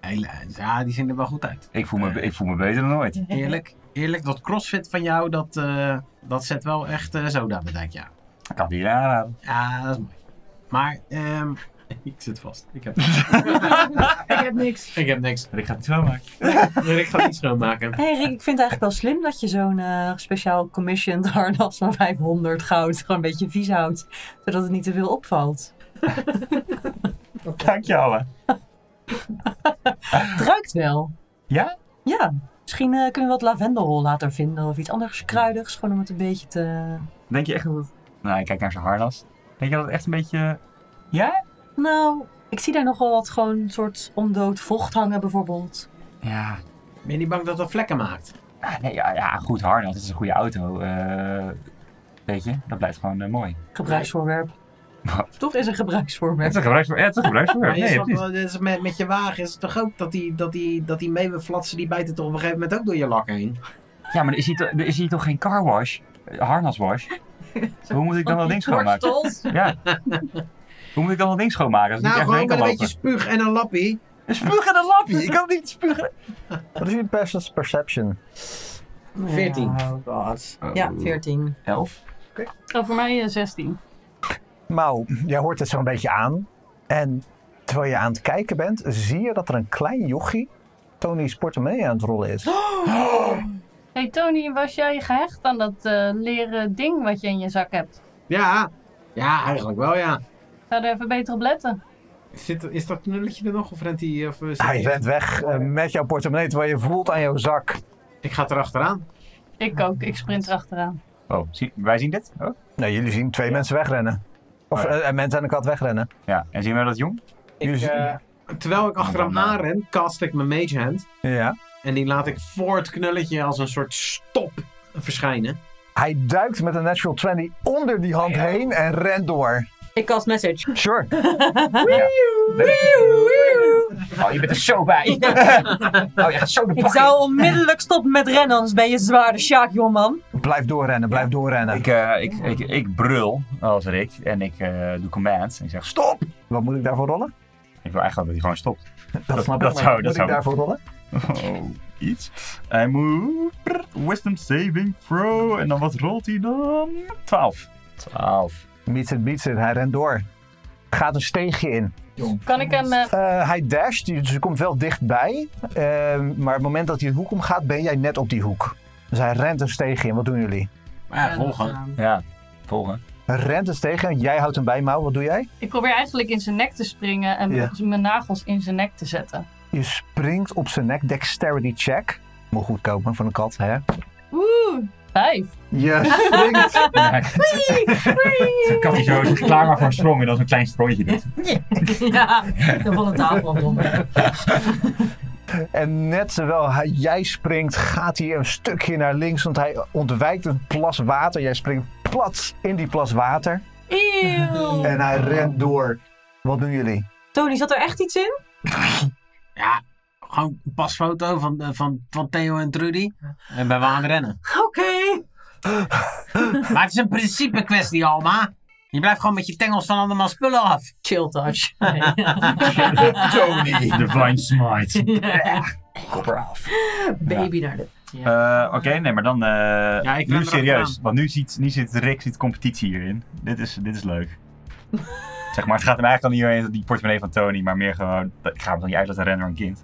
Hela- Ja, die zien er wel goed uit. Ik voel me, ik voel me beter dan ooit. Eerlijk, eerlijk, dat crossfit van jou, dat, eh, dat zet wel echt eh zoda bedijk, ja. Ik kan het niet aanraden. Ja, dat is mooi. Maar, ehm, [LAUGHS] ik zit vast. [LAUGHS] Ik heb, Ik heb niks. ik heb niks. Ik ga het zo maken. [LAUGHS] Ik ga niet schoonmaken. Hé hey Rick, ik vind het eigenlijk wel slim dat je zo'n eh, speciaal commissioned [LAUGHS] harnas van 500 goud gewoon een beetje vies houdt. Zodat het niet te veel opvalt. Dank je allen. Het ruikt wel. Ja? Ja, misschien eh, kunnen we wat lavendelrol later vinden of iets anders kruidigs. Gewoon om het een beetje te... Denk je echt dat het... Nou, ik kijk naar zijn harnas. Denk je dat het echt een beetje... Ja? Nou, ik zie daar nogal wat gewoon een soort ondood vocht hangen bijvoorbeeld. Ja. Ben je niet bang dat dat vlekken maakt? Ah, nee, ja, ja, goed harnas. Het is een goede auto. eh, weet je, dat blijft gewoon eh, mooi. Gebruiksvoorwerp. Wat? Toch is een gebruiksvoorwerp. Het is een gebruiksvoorwerp. Ja, het is een Maar [LAUGHS] gebruiksvoorwerp. je Nee, snapt precies. wel, dit is met, met je wagen is het toch ook dat die, dat die, dat die meeuwenflatsen, die bijten toch op een gegeven moment ook door je lak heen? Ja, maar er is hier, toch- er is hier toch geen car wash? Eh, Harnas wash? Hoe moet ik dan dat ding schoonmaken? Borstels. Ja. Hoe moet ik dan dat ding schoonmaken? Als ik nou, niet echt doorheen gewoon met een kan beetje lopen? spuug en een lappie. Een spuug en een lapje. Ik kan niet spugen. Wat is jullie perce- perception? 14. Oh god. Ja, 14. Elf. Oh, voor mij eh, 16. Mau, jij hoort het zo'n beetje aan. En terwijl je aan het kijken bent, zie je dat er een klein jochie Tony's portemonnee aan het rollen is. Hey Tony, was jij gehecht aan dat eh, leren ding wat je in je zak hebt? Ja, ja, eigenlijk wel, ja. Ga er even beter op letten. Zit, is dat knulletje er nog? Of rent die... Of, eh, zit Hij die- rent weg eh, met jouw portemonnee terwijl je voelt aan jouw zak. Ik ga erachteraan. Ik ook, ik sprint erachteraan. Oh, zie- wij zien dit? Oh. Nou, jullie zien twee mensen wegrennen. Of Oh ja. eh, eh, mensen aan de kant wegrennen. Ja, en zien we dat jong? Jullie zien- Terwijl ik achter hem aanren, cast ik mijn mage hand. ja. En die laat ik voor het knulletje als een soort stop verschijnen. Hij duikt met een natural 20 onder die hand heen en rent door. Ik cast message. Oh Sure. Oh, je bent er zo bij. [LAUGHS] Oh, je gaat zo de Ik bak zou onmiddellijk stoppen met rennen, anders ben je zwaarde Sjaak, jongeman. Blijf doorrennen, blijf in. doorrennen. Ik, eh, ik, ik, ik brul als Rick en ik eh, doe command. En ik zeg stop. Wat moet ik daarvoor rollen? Ik wil eigenlijk dat hij gewoon stopt. Dat snap dat ik. maar zou- dat wat moet ik zou- daarvoor rollen? Oh, iets. Hij moet wisdom saving throw. En dan wat rolt hij dan? 12. 12. Meets it, beats it. Hij rent door. Gaat een steegje in. Kan ik hem... eh, Eh, hij dasht, dus hij komt wel dichtbij. Ehm, maar op het moment dat hij de hoek omgaat, ben jij net op die hoek. Dus hij rent een steegje in. Wat doen jullie? Maar ja, volgen. Ja, volgen. Rent een steegje in. Jij houdt hem bij, Mau. Wat doe jij? ik probeer eigenlijk in zijn nek te springen en Ja. mijn nagels in zijn nek te zetten. Je springt op zijn nek. Dexterity check. Moet goed komen van een kat, hè? Oeh, vijf. Je springt. Ik kan hij zo klaar maar voor een sprong en dan zo'n klein sprongetje doet. [LAUGHS] Ja, dan valt een tafel om. en net terwijl hij, jij springt, gaat hij een stukje naar links. Want hij ontwijkt een plas water. Jij springt plat in die plas water. Eeuw. En hij rent door. Wat doen jullie? Tony, zat er echt iets in? Ja, Gewoon een pasfoto van, eh, van, van Theo en Trudy. En ben we aan het rennen. Oké. [LAUGHS] Maar het is een principe kwestie, Alma. Je blijft gewoon met je tengels van allemaal spullen af. Chill [LAUGHS] touch. Tony! Divine Smite. Kopper af. Baby naar de... Eh, Oké, nee, maar dan eh, ik ben nu er serieus. achteraan. Want nu ziet, nu ziet Rick ziet competitie hierin. Dit is, dit is [LAUGHS] leuk. zeg maar, het gaat hem eigenlijk dan niet meer eens om die portemonnee van Tony, maar meer gewoon, ik ga hem dan niet uit laten rennen door een [LAUGHS] kind.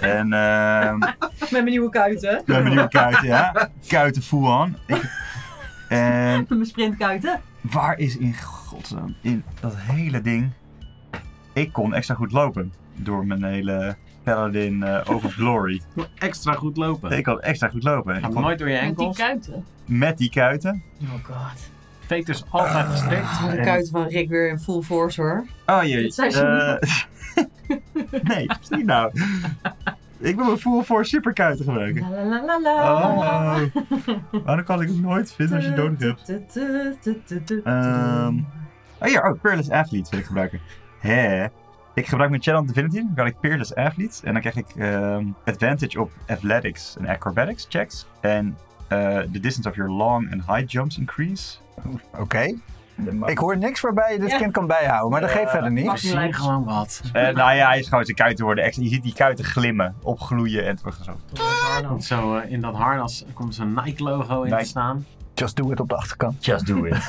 en ehm Met mijn nieuwe kuiten. we hebben nieuwe kuiten, ja. Kuiten full on. Ik- En [LAUGHS] Met mijn sprintkuiten. waar is in godsnaam, in dat hele ding, ik kon extra goed lopen. Door mijn hele Paladin eh Over Glory. Extra goed lopen. Ik kon extra goed lopen. Ik Gaat kon- nooit door je Met die enkels. kuiten. met die kuiten. Oh god. Fetus altijd gestrekt. Oh, de En- kuiten van Rick weer in full force hoor. Oh jee. Dit zijn ze Eh, [LAUGHS] nee, zie nou. Ik ben mijn voel voor superkuiten gebruiken. La la la la la. Oh. Waarom kan ik het nooit vinden als je het nodig hebt? Tu, tu, tu, tu, tu, tu. Ehm. Oh hier, oh, Peerless Athlete wil ik gebruiken. Hè? Ik gebruik mijn Challenge Divinity, dan kan ik Peerless Athlete. En dan krijg ik ehm, advantage op athletics en acrobatics checks. En eh, the distance of your long and high jumps increase. Oké. Ik hoor niks waarbij je dit kind kan bijhouden, maar dat geeft verder We niet. zien gewoon wat. Eh, nou ja, hij is gewoon zijn kuiten worden. Echt, je ziet die kuiten glimmen, opgloeien en het wordt zo. Komt zo eh, in dat harnas komt zo'n Nike-logo in Nike. te staan. Just do it op de achterkant. Just do it.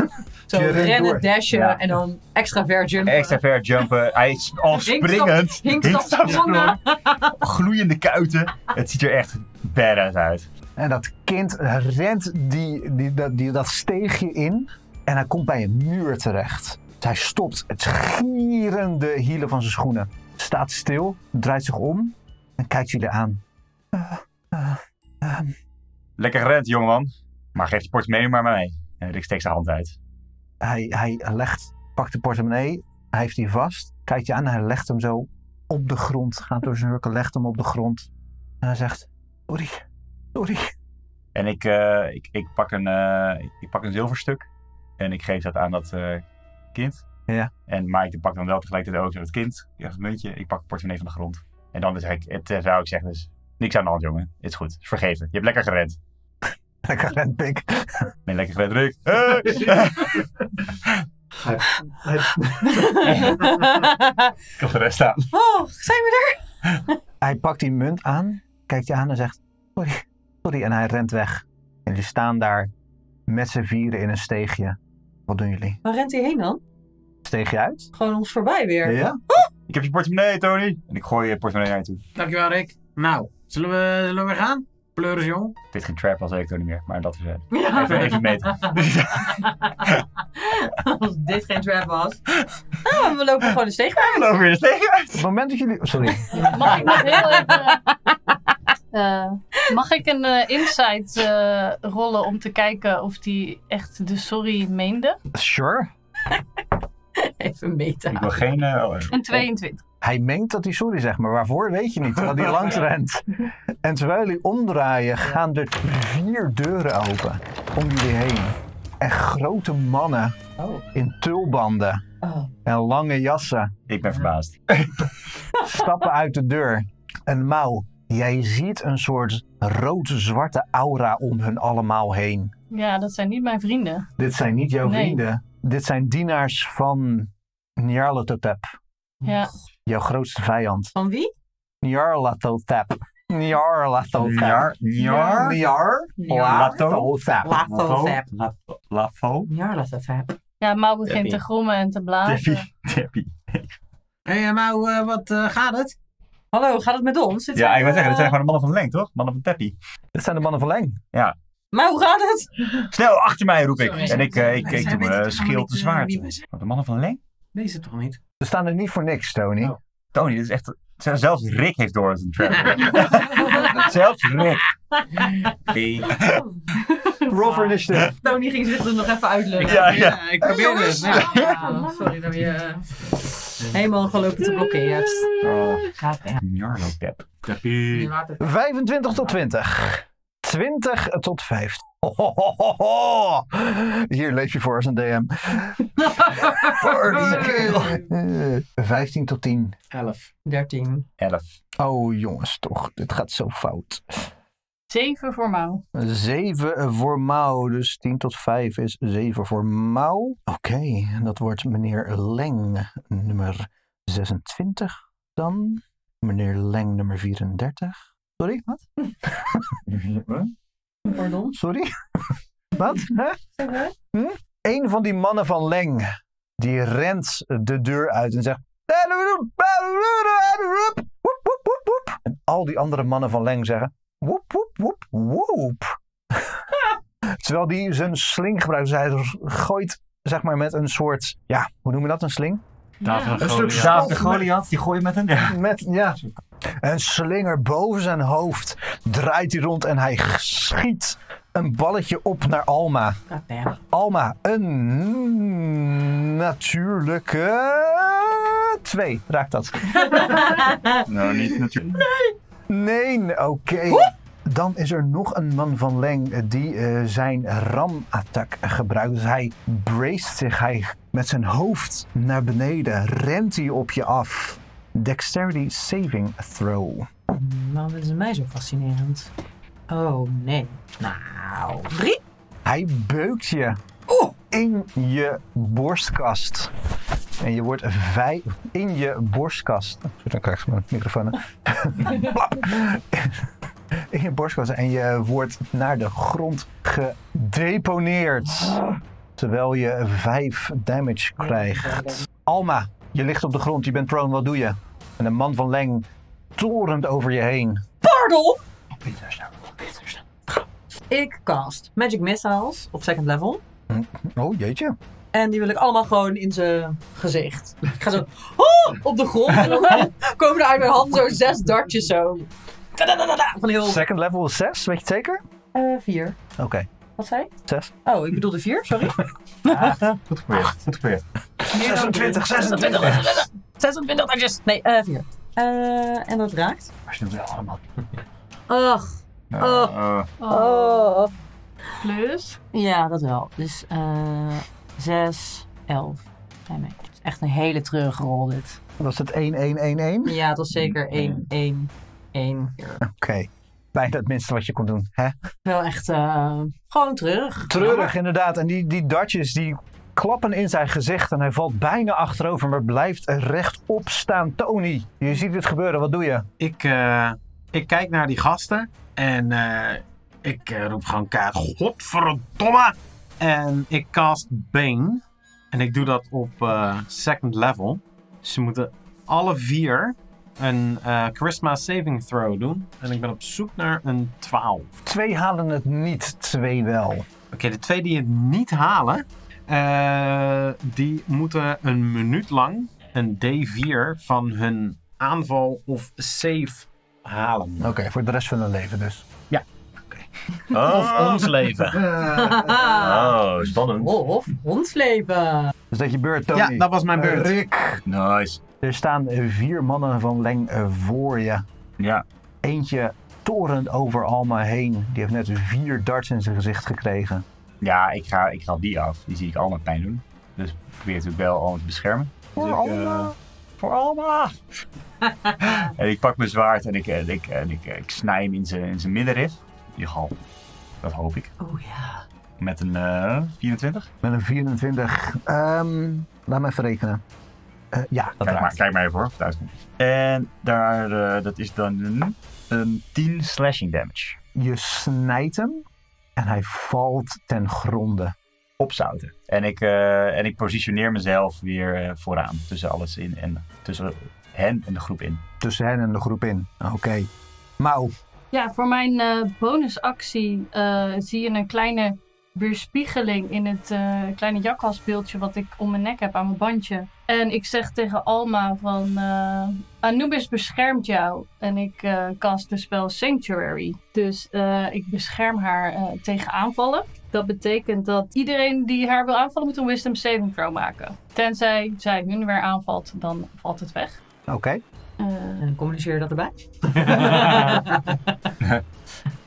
Zo Je rent rennen, door. dashen Ja. en dan extra virgin. Extra ver jumpen. Hij is al Hinkstap- Oh, springend. hinkstap Hinkstap sprongen. sprong. Gloeiende kuiten. Het ziet er echt badass uit. En dat kind rent die, die, dat, die, dat steegje in en hij komt bij een muur terecht. Dus Hij stopt het schierende hielen van zijn schoenen. Staat stil, draait zich om en kijkt jullie aan. [LAUGHS] Lekker rent, jongeman. Maar geef je portemonnee maar mij. En Rick steekt zijn hand uit. Hij, hij legt, pakt de portemonnee, hij heeft die vast, kijkt je aan en hij legt hem zo op de grond. Gaat door zijn hurken, legt hem op de grond. En hij zegt, sorry, sorry. [LAUGHS] En ik, eh, ik, ik, pak een, eh, ik pak een zilverstuk. En ik geef dat aan dat eh, kind. Ja. En Mike die pakt dan wel tegelijkertijd ook het kind. Ik zeg, muntje, ik pak het portemonnee van de grond. En dan zeg ik, het, eh, zou ik zeggen, dus niks aan de hand, jongen. Het is goed. Het is vergeven. Je hebt lekker gerend. Lekker rentpik. Ben je lekker gerend, [LAUGHS] Rick. Hey! ik had de rest aan. [LAUGHS] oh, zijn we er? Hij pakt die munt aan, kijkt je aan en zegt: Sorry, sorry. En hij rent weg. En jullie staan daar met z'n vieren in een steegje. Wat doen jullie? Waar rent hij heen dan? Steeg je uit? Gewoon ons voorbij weer. Ja? Ik heb je portemonnee, Tony. En ik gooi je portemonnee naar je toe. Dankjewel, Rick. Nou, zullen we, zullen we gaan? Pleuris, jong. Dit geen trap was, weet ik het ook niet meer. Maar dat is het. Ja. Even, [LAUGHS] even meten. [LAUGHS] [LAUGHS] Als dit geen trap was. Nou, we lopen gewoon de steeg uit. Loop weer de steeg uit. Op het moment dat jullie. Sorry. Mag ik nog heel even... eh, mag ik een eh, insight eh, rollen om te kijken of die echt de sorry meende? [LAUGHS] Sure. Even meten. Ik wil geen... eh, oh, eh. Een 22. Hij meent dat hij sorry zegt, maar waarvoor weet je niet. Terwijl hij langs rent. En terwijl jullie omdraaien, gaan er vier deuren open om jullie heen. En grote mannen in tulbanden Oh. en lange jassen. ik ben verbaasd. stappen uit de deur. En Mau, jij ziet een soort rood-zwarte aura om hun allemaal heen. Ja, dat zijn niet mijn vrienden. Dit zijn niet jouw Nee. vrienden. Dit zijn dienaars van Nyarlathotep. Ja. Jouw grootste vijand. Van wie? Nyarlathotep. Nyarlathotep. Njar. Njar. Nyarlathotep. Lato Fab. La- Lafo. Ja, Lato Fab. Ja, Mau begint Deppie. te grommen en te blazen. Deppie. Deppie. Hé, hey, nou, eh, wat eh, gaat het? Hallo, gaat het met ons? Dit Ja, zijn, ik wil zeggen, eh, dat zijn gewoon de mannen van Leng, toch? Mannen van Teppie. Dit zijn de mannen van Leng. Maar hoe gaat het? Snel, achter mij, roep ik. Sorry. En ik, eh, ik, ik, doe Zij weten mijn toch allemaal schild niet, te eh, wie wij zwaard. zijn? Maar de mannen van Leng? Deze toch niet? Ze staan er niet voor niks, Tony. Oh. Tony, dit is echt... Zelfs Rick heeft door het een trap. [LAUGHS] Zelfs Rick. Roll for initiative. Tony ging zich dus nog even uitleggen. Ja, ja. ik probeer het. Ja. Ah, sorry dat je eh, helemaal gelopen te blokken hebt. Oh. Njarlotep. 25 tot 20. 20 tot 50. Ho, ho, ho, ho, ho. Hier leef je voor als een DM. Party kill. Eh, 15 tot 10. 11. 13. 11. Oh jongens, toch. Dit gaat zo fout. Zeven voor Mouw. 7 voor mouw, dus 10 tot 5 is 7 voor mouw. Oké, dat wordt meneer Leng nummer 26 dan. Meneer Leng nummer 34. Sorry, wat? [LAUGHS] Pardon? Sorry? [LAUGHS] wat? Hè? Hm? Zeg maar. Een van die mannen van Leng, die rent de deur uit en zegt... Woep, woep, woep, woep. En al die andere mannen van Leng zeggen... Woep, woep, woep, woep. [LAUGHS] Terwijl die zijn sling gebruikt. Dus hij gooit, zeg maar, met een soort... Ja, hoe noem je dat, een sling? Ja. David stuk en Goliath. zaad. David en Goliath, die gooien met een... Ja. Met, ja. Een slinger boven zijn hoofd draait hij rond en hij schiet een balletje op naar Alma. God damn. Alma, een natuurlijke 2. Raakt dat? [LAUGHS] Nou, niet natuurlijk. Nee, oké. Dan is er nog een man van Leng eh, die eh, zijn ram-attack gebruikt. Dus hij braced zich. Hij met zijn hoofd naar beneden rent hij op je af. Dexterity saving throw. Waarom vinden ze Nou, mij zo fascinerend? Oh, nee. Nou, drie. Hij beukt je in je borstkast. En je wordt vijf in je borstkast. Zo, Dan krijg je mijn microfoon. hè. Plap. in je borstkast. En je wordt naar de grond gedeponeerd. Terwijl je vijf damage krijgt. Alma, je ligt op de grond. Je bent prone. Wat doe je? En een man van Leng torent over je heen. Pardon? Ik cast Magic Missiles op second level. Oh jeetje. En die wil ik allemaal gewoon in zijn gezicht. Ik ga zo [LAUGHS] oh, op de grond. En dan komen er uit mijn hand zo zes dartjes zo. Tadadadada, Van heel... Second level is 6, weet je het zeker? Eh, vier. Oké, Wat zei ik? 6. Oh, ik bedoelde vier, sorry. Goed geprobeerd, goed geprobeerd. 26, 26. 26 dartjes. Nee, eh vier. Eh, en dat raakt. Maar ze doen wel allemaal. Ach, Nou, Oh. eh, oh. Plus. Ja, dat wel. Dus eh 6, 11 zijn mee. Het is echt een hele treurige rol dit. Was het 1111? Ja, het was zeker 1, 1, 1 keer. Oké. Bijna het minste wat je kon doen. Hè? Wel echt eh, gewoon terug. Treurig, inderdaad. En die, die dartjes die klappen in zijn gezicht en hij valt bijna achterover, maar blijft rechtop staan. Tony, je ziet dit gebeuren. Wat doe je? Ik, eh, ik kijk naar die gasten en eh, ik eh, roep gewoon kaart. Godverdomme! En ik cast Bane. En ik doe dat op eh, second level. Dus ze moeten alle vier een eh, Charisma Saving Throw doen. En ik ben op zoek naar een 12. Twee halen het niet, twee wel. Oké, de twee die het niet halen, eh, die moeten een minuut lang een D4 van hun aanval of save halen. Oké, voor de rest van hun leven dus. Of ons leven. [LAUGHS] Oh, spannend. Wolf, ons leven. Dus dat je beurt, Tony. Ja, dat was mijn beurt. Rick. Nice. Er staan vier mannen van Leng eh, voor je. Ja. Eentje torend over Alma heen. Die heeft net vier darts in zijn gezicht gekregen. Ja, ik ga, ik ga die af. Die zie ik allemaal pijn doen. Dus ik probeer natuurlijk wel allemaal te beschermen. Voor ik, eh, Alma. Voor Alma! [LAUGHS] en ik pak mijn zwaard en ik, en ik, eh, en ik, ik snij hem in zijn, in zijn middenrif. In ieder geval, dat hoop ik. Oh ja. Met een eh 24. Met een 24. Ehm, laat me even rekenen. Eh, ja, dat Kijk maar, raakt. kijk maar even hoor, of het uitkomt. En daar, eh, dat is dan een, een 10 slashing damage. Je snijdt hem en hij valt ten gronde. Opzouten. En ik, eh, en ik positioneer mezelf weer eh, vooraan. Tussen alles in en tussen hen en de groep in. Tussen hen en de groep in. Oké. Mouw. Ja, voor mijn eh, bonusactie eh, zie je een kleine weerspiegeling in het eh, kleine jakhalsbeeldje wat ik om mijn nek heb aan mijn bandje. En ik zeg tegen Alma van eh, Anubis beschermt jou. En ik eh cast de spel Sanctuary. Dus eh, ik bescherm haar eh, tegen aanvallen. Dat betekent dat iedereen die haar wil aanvallen moet een wisdom saving throw maken. Tenzij zij hun weer aanvalt, dan valt het weg. Oké. Eh, En communiceer je dat erbij?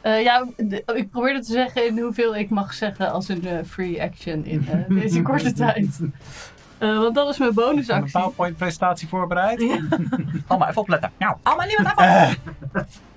Eh, ja, de- ik probeerde te [LAUGHS] zeggen in hoeveel ik mag zeggen als een eh, free action in eh, deze korte tijd. Eh, want dat is mijn Een bonusactie. PowerPoint-presentatie voorbereid. Allemaal even opletten. Nou. Allemaal niemand af.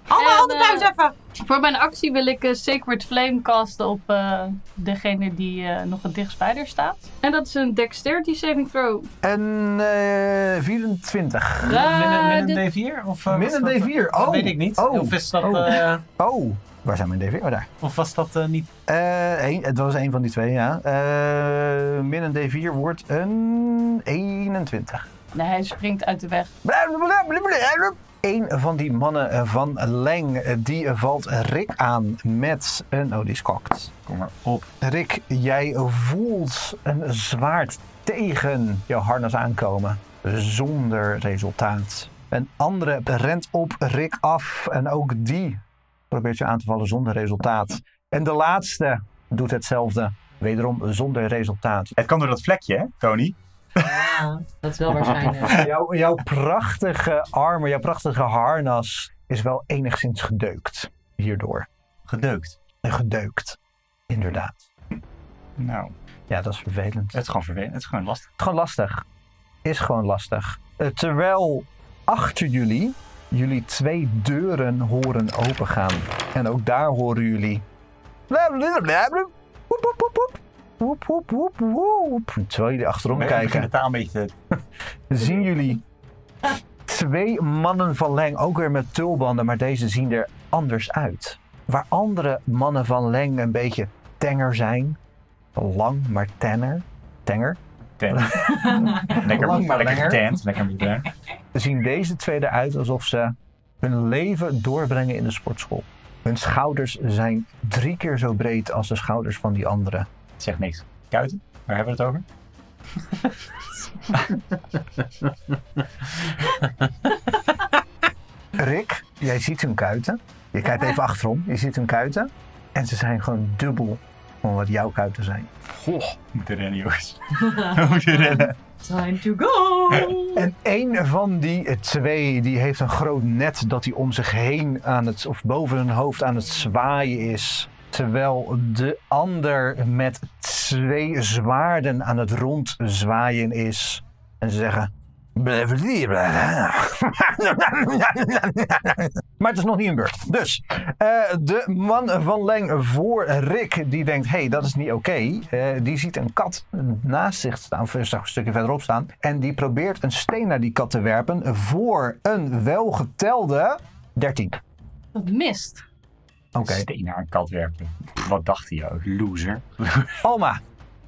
Allemaal En, handen thuis eh, even. Voor mijn actie wil ik eh, Sacred Flame casten op eh, degene die eh, nog het dichtst bij haar staat. En dat is een Dexterity Saving Throw. En eh 24. Ja, Min, dit- min een D4? Of, eh, Min was een dat- D4? Dat Oh. weet ik niet. Oh. Of, is dat, Oh. eh, Oh, waar zijn mijn DV? Oh, daar. of was dat eh, niet... Eh, één- het was een van die twee, ja. Eh min een D4 wordt een 21. Nee, hij springt uit de weg. Een van die mannen eh, van Leng, eh, die valt Rick aan met een... Oh, die is kokt. Kom maar op. Rick, jij voelt een zwaard tegen jouw harnas aankomen. Zonder resultaat. Een andere rent op Rick af. En ook die probeert je aan te vallen zonder resultaat. En de laatste doet hetzelfde. Wederom zonder resultaat. Het kan door dat vlekje, hè, Tony? Ja, dat is wel waarschijnlijk. [LAUGHS] Jouw, jouw prachtige armen, jouw prachtige harnas is wel enigszins gedeukt hierdoor. Gedeukt. Gedeukt, inderdaad. Nou, Ja, dat is vervelend. het is gewoon vervelend. Het is gewoon lastig. gewoon lastig. Is gewoon lastig. Eh, terwijl achter jullie, jullie twee deuren horen opengaan. En ook daar horen jullie... Woep, woep, woep, woep. Woep, woep, woep, woep. Terwijl jullie achterom Ik begin de kijken, taal een beetje te... zien jullie twee mannen van Leng, ook weer met tulbanden, maar deze zien er anders uit. Waar andere mannen van Leng een beetje tenger zijn, lang maar tenner, tenger, [LAUGHS] Tent. lekker Lang maar lekker langer. tent. Lekker modern. zien deze twee eruit alsof ze hun leven doorbrengen in de sportschool. Hun schouders zijn drie keer zo breed als de schouders van die anderen. Het zegt niks. Kuiten, waar hebben we het over? Rick, jij ziet hun kuiten. Je kijkt even achterom, je ziet hun kuiten. En ze zijn gewoon dubbel van wat jouw kuiten zijn. Goh, we moeten rennen, [LAUGHS] jongens. we moeten rennen. Time to go. En een van die twee die heeft een groot net dat hij om zich heen aan het, of boven zijn hoofd aan het zwaaien is. Terwijl de ander met twee zwaarden aan het rondzwaaien is. En ze zeggen. [LAUGHS] Maar het is nog niet een beurt. Dus eh, de man van Leng voor Rick, die denkt: hé, hey, dat is niet oké. Eh, die ziet een kat naast zich staan, of een stukje verderop staan. En die probeert een steen naar die kat te werpen voor een welgetelde 13. Dat mist. Oké. Steen naar een kat werpen. Wat dacht hij ook? Loser. Alma,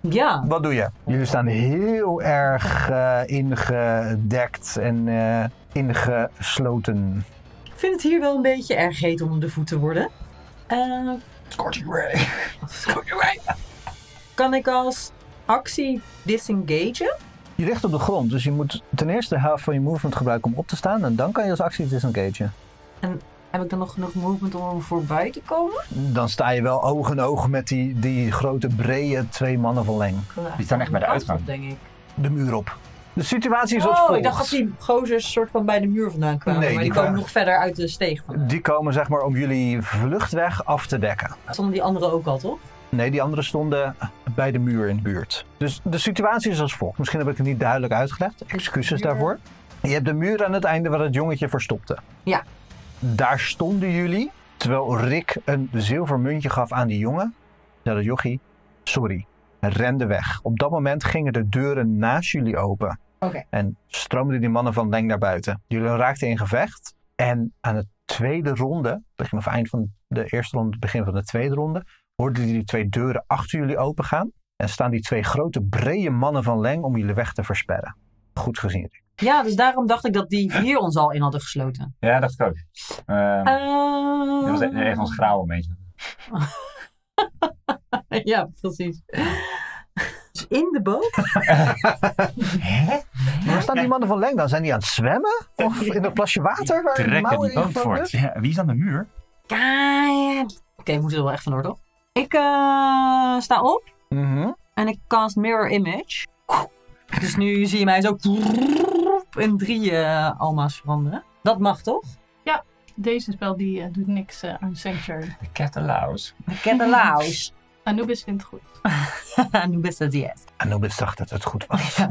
Ja. wat doe je? Jullie staan heel erg eh, ingedekt en eh, ingesloten. Ik vind het hier wel een beetje erg heet onder de voet te worden. Eh, Scorching Ray. kan ik als actie disengagen? Je ligt op de grond, dus je moet ten eerste de helft van je movement gebruiken om op te staan. En dan kan je als actie disengagen. Heb ik dan nog genoeg movement om er voorbij te komen? Dan sta je wel oog in oog met die, die grote, brede twee mannen van leng. Die staan echt bij de uitgang. denk ik. De muur op. De situatie is als Oh, volgt. ik dacht dat die gozers soort van bij de muur vandaan kwamen. Nou, Nee, eh, maar die die komen kwamen- nog verder uit de steeg vandaan. Die komen zeg maar om jullie vluchtweg af te dekken. Stonden die anderen ook al, toch? Nee, die anderen stonden bij de muur in de buurt. Dus de situatie is als volgt. Misschien heb ik het niet duidelijk uitgelegd. Excuses daarvoor. Je hebt de muur aan het einde waar het jongetje verstopte. Ja. Daar stonden jullie, terwijl Rick een zilver muntje gaf aan die jongen. Zei de jochie, sorry, en rende weg. Op dat moment gingen de deuren naast jullie open. Oké. En stroomden die mannen van Leng naar buiten. Jullie raakten in gevecht. En aan de tweede ronde, begin of eind van de eerste ronde, begin van de tweede ronde, hoorden jullie die twee deuren achter jullie opengaan. En staan die twee grote, brede mannen van Leng om jullie weg te versperren. Goed gezien, Rick. Ja, dus daarom dacht ik dat die vier ons al in hadden gesloten. Ja, dacht ik ook. Ehm, Eh, dat was e- een van ons grauw een beetje. Ja, precies. Dus in de boot? Hè? Waar staan die mannen van Leng dan? Zijn die aan het zwemmen? Of in een plasje water? Waar hun Trekken mouwen die boot ingevangen voort. is? Ja, wie is aan de muur? Ja, ja. Oké, we moeten er wel echt vandoor, toch? Ik eh, sta op. Mhm. En ik cast Mirror Image. Dus nu zie je mij zo in drie eh, alma's veranderen. Dat mag toch? Deze spel die eh, doet niks eh, aan Sanctuary. De cat allows. [LAUGHS] Ik ken de laus. Anubis vindt het goed. Anubis dat yes. Anubis dacht dat het goed was.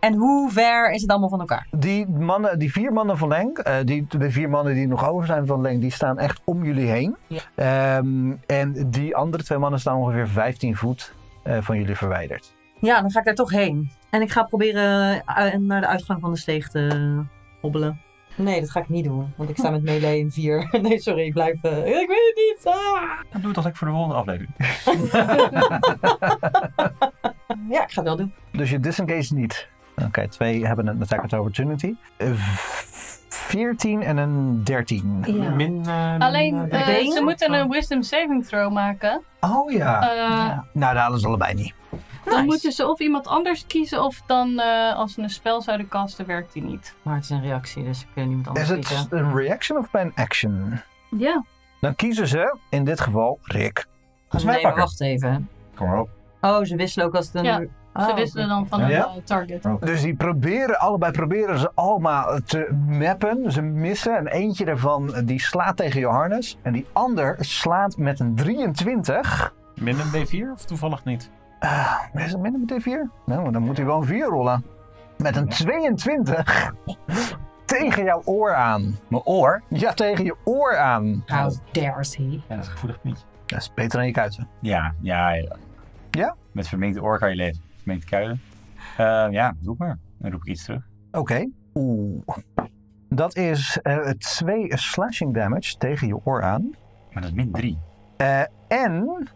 En hoe ver is het allemaal van elkaar? Die, mannen, die vier mannen van Lenk, eh, die, de vier mannen die nog over zijn van Lenk, die staan echt om jullie heen. Ja. Ehm, en die andere twee mannen staan ongeveer 15 voet eh, van jullie verwijderd. Ja, dan ga ik daar toch heen. En ik ga proberen eh, naar de uitgang van de steeg te hobbelen. Nee, dat ga ik niet doen, want ik sta met melee in vier. [LAUGHS] Nee, sorry, ik blijf... eh, ik weet het niet! Ah! Dat doe het als ik voor de volgende aflevering. Ja, ik ga het wel doen. Dus je disengage niet. Oké, twee hebben een attack of opportunity. Eh, v- 14 en een 13. Min, eh, Alleen, min, eh, eh, been? ze moeten een wisdom saving throw maken. Oh ja. Ah, Eh, Nou, daar halen ze allebei niet. Dan Nice. moeten ze of iemand anders kiezen of dan eh, als ze een spel zouden casten werkt die niet. Maar het is een reactie, dus ik kan niemand Is het een reaction of bij een action? Ja. Dan kiezen ze, in dit geval, Rick. mij Nee, maar pakken. wacht even. Kom maar op. Oh, ze wisselen ook als het een... Ja, Oh, ze wisselen dan van Ah, Ja? Oh. een eh, target. Dus die proberen, allebei proberen ze Alma te mappen. Ze missen. En eentje daarvan eh, die slaat tegen je harnas. En die ander slaat met een 23. min een D4 of toevallig niet? Ah, is het minder met D4? Nou, dan moet hij wel een 4 rollen. Met een 22. tegen jouw oor aan. Mijn oor? Ja, tegen je oor aan. How dares he? Ja, dat is een gevoelig puntje. Dat is beter dan je kuiten. Ja, ja, ja. Ja? Met verminkte oor kan je leven. Verminkte kuilen. Eh, ja, doe maar. Dan roep ik iets terug. Oké. Oeh. Dat is 2 slashing damage tegen je oor aan. Maar dat is min drie. Eh, en,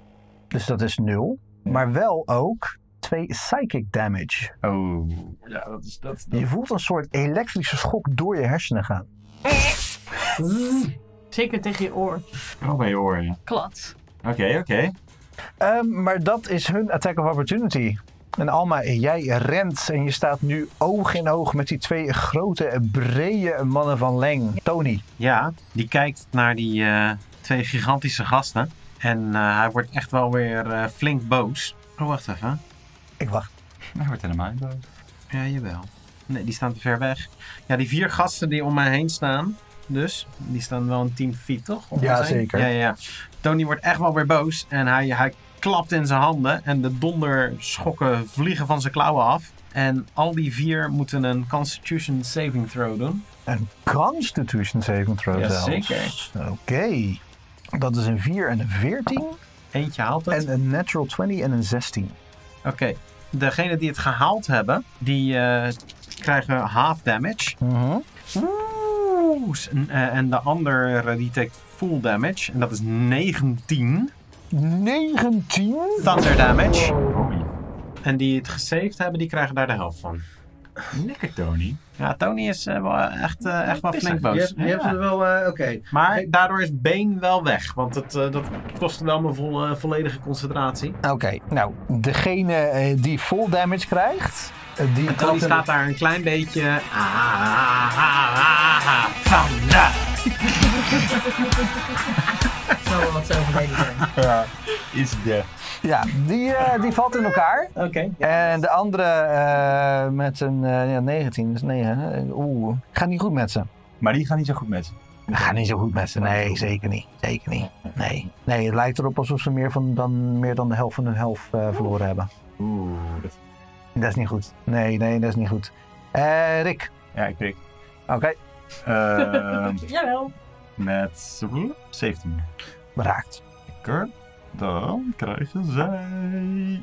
dus dat is nul, maar wel ook twee psychic damage. Oh. Ja, dat is dat. Je voelt een soort elektrische schok door je hersenen gaan. Zeker tegen je oor. Oh, bij je oor, ja. Klats. Oké, oké. Ehm, maar dat is hun attack of opportunity. En Alma, jij rent en je staat nu oog in oog met die twee grote, brede mannen van Leng. Tony, Ja, die kijkt naar die eh, twee gigantische gasten. En eh, hij wordt echt wel weer eh, flink boos. Oh, wacht even. ik wacht. Hij wordt helemaal niet boos. Ja, jawel. Nee, die staan te ver weg. Ja, die vier gasten die om mij heen staan. Dus, die staan wel een 10 feet, toch? Om Ja, te zijn? zeker. Ja, ja, ja. Tony wordt echt wel weer boos. En hij, hij klapt in zijn handen. En de donderschokken vliegen van zijn klauwen af. En al die vier moeten een Constitution Saving Throw doen. Een constitution saving throw zelfs. Jazeker. Oké. Dat is een 4 en een 14. Oh, Eentje haalt het. En een natural 20 en een 16. Oké. Degene die het gehaald hebben, die eh, krijgen half damage. Mhm. Oeh. En, eh, en de andere die take full damage. En dat is 19 19. thunder damage. Holy. En die het gesaved hebben, die krijgen daar de helft van. Lekker, Tony. Ja, Tony is eh, wel echt, eh, echt wel flink Je boos. hebt, je hebt Ja. het wel, eh, oké. Maar daardoor is Bane wel weg. Want het, eh, dat kostte wel mijn vol- eh, volledige concentratie. Oké, nou, degene eh, die full damage krijgt, eh, die, klapt Tony in- staat daar een klein beetje... Ah, ah, ah, ah, ah, van de- Zou wat zo verleden zijn. Is de. Ja, die, eh, die valt in elkaar. Oké. En de andere eh, met een eh, ja, 19, dus 9. hè? Oeh, gaat niet goed met ze. Maar die gaat niet zo goed met ze. Gaat niet zo goed met ze, nee, zeker niet. Zeker niet, nee. Nee, het lijkt erop alsof ze meer, van, dan, meer dan de helft van hun helft eh, verloren hebben. Oeh. dat- Dat is niet goed. Nee, nee, dat is niet goed. Eh, Rick, Ja, ik [LAUGHS] prik. oké, Ehm Jawel. met 17. raakt. Lekker. Dan krijgen zij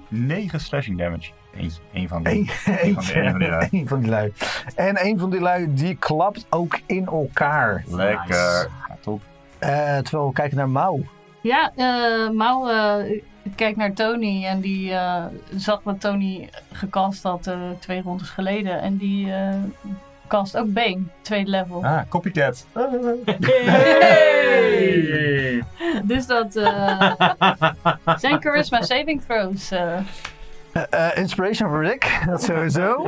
9 slashing damage. Eentje. Een van de. Eén Eén van de- één [LAUGHS] van de [LAUGHS] lui. Eén van die lui. En een van die lui, die klapt ook in elkaar. Lekker. Ja, top. Eh, terwijl we kijken naar Mau. Ja, eh Mau eh, kijkt naar Tony en die eh, zag wat Tony gecast had eh, twee rondes geleden. En die eh cast ook Bane, tweede level. Ah, copycat. [LAUGHS] Dus [LAUGHS] dat eh, zijn charisma saving throws. eh. Eh, eh, inspiration voor Rick, dat [LAUGHS] sowieso.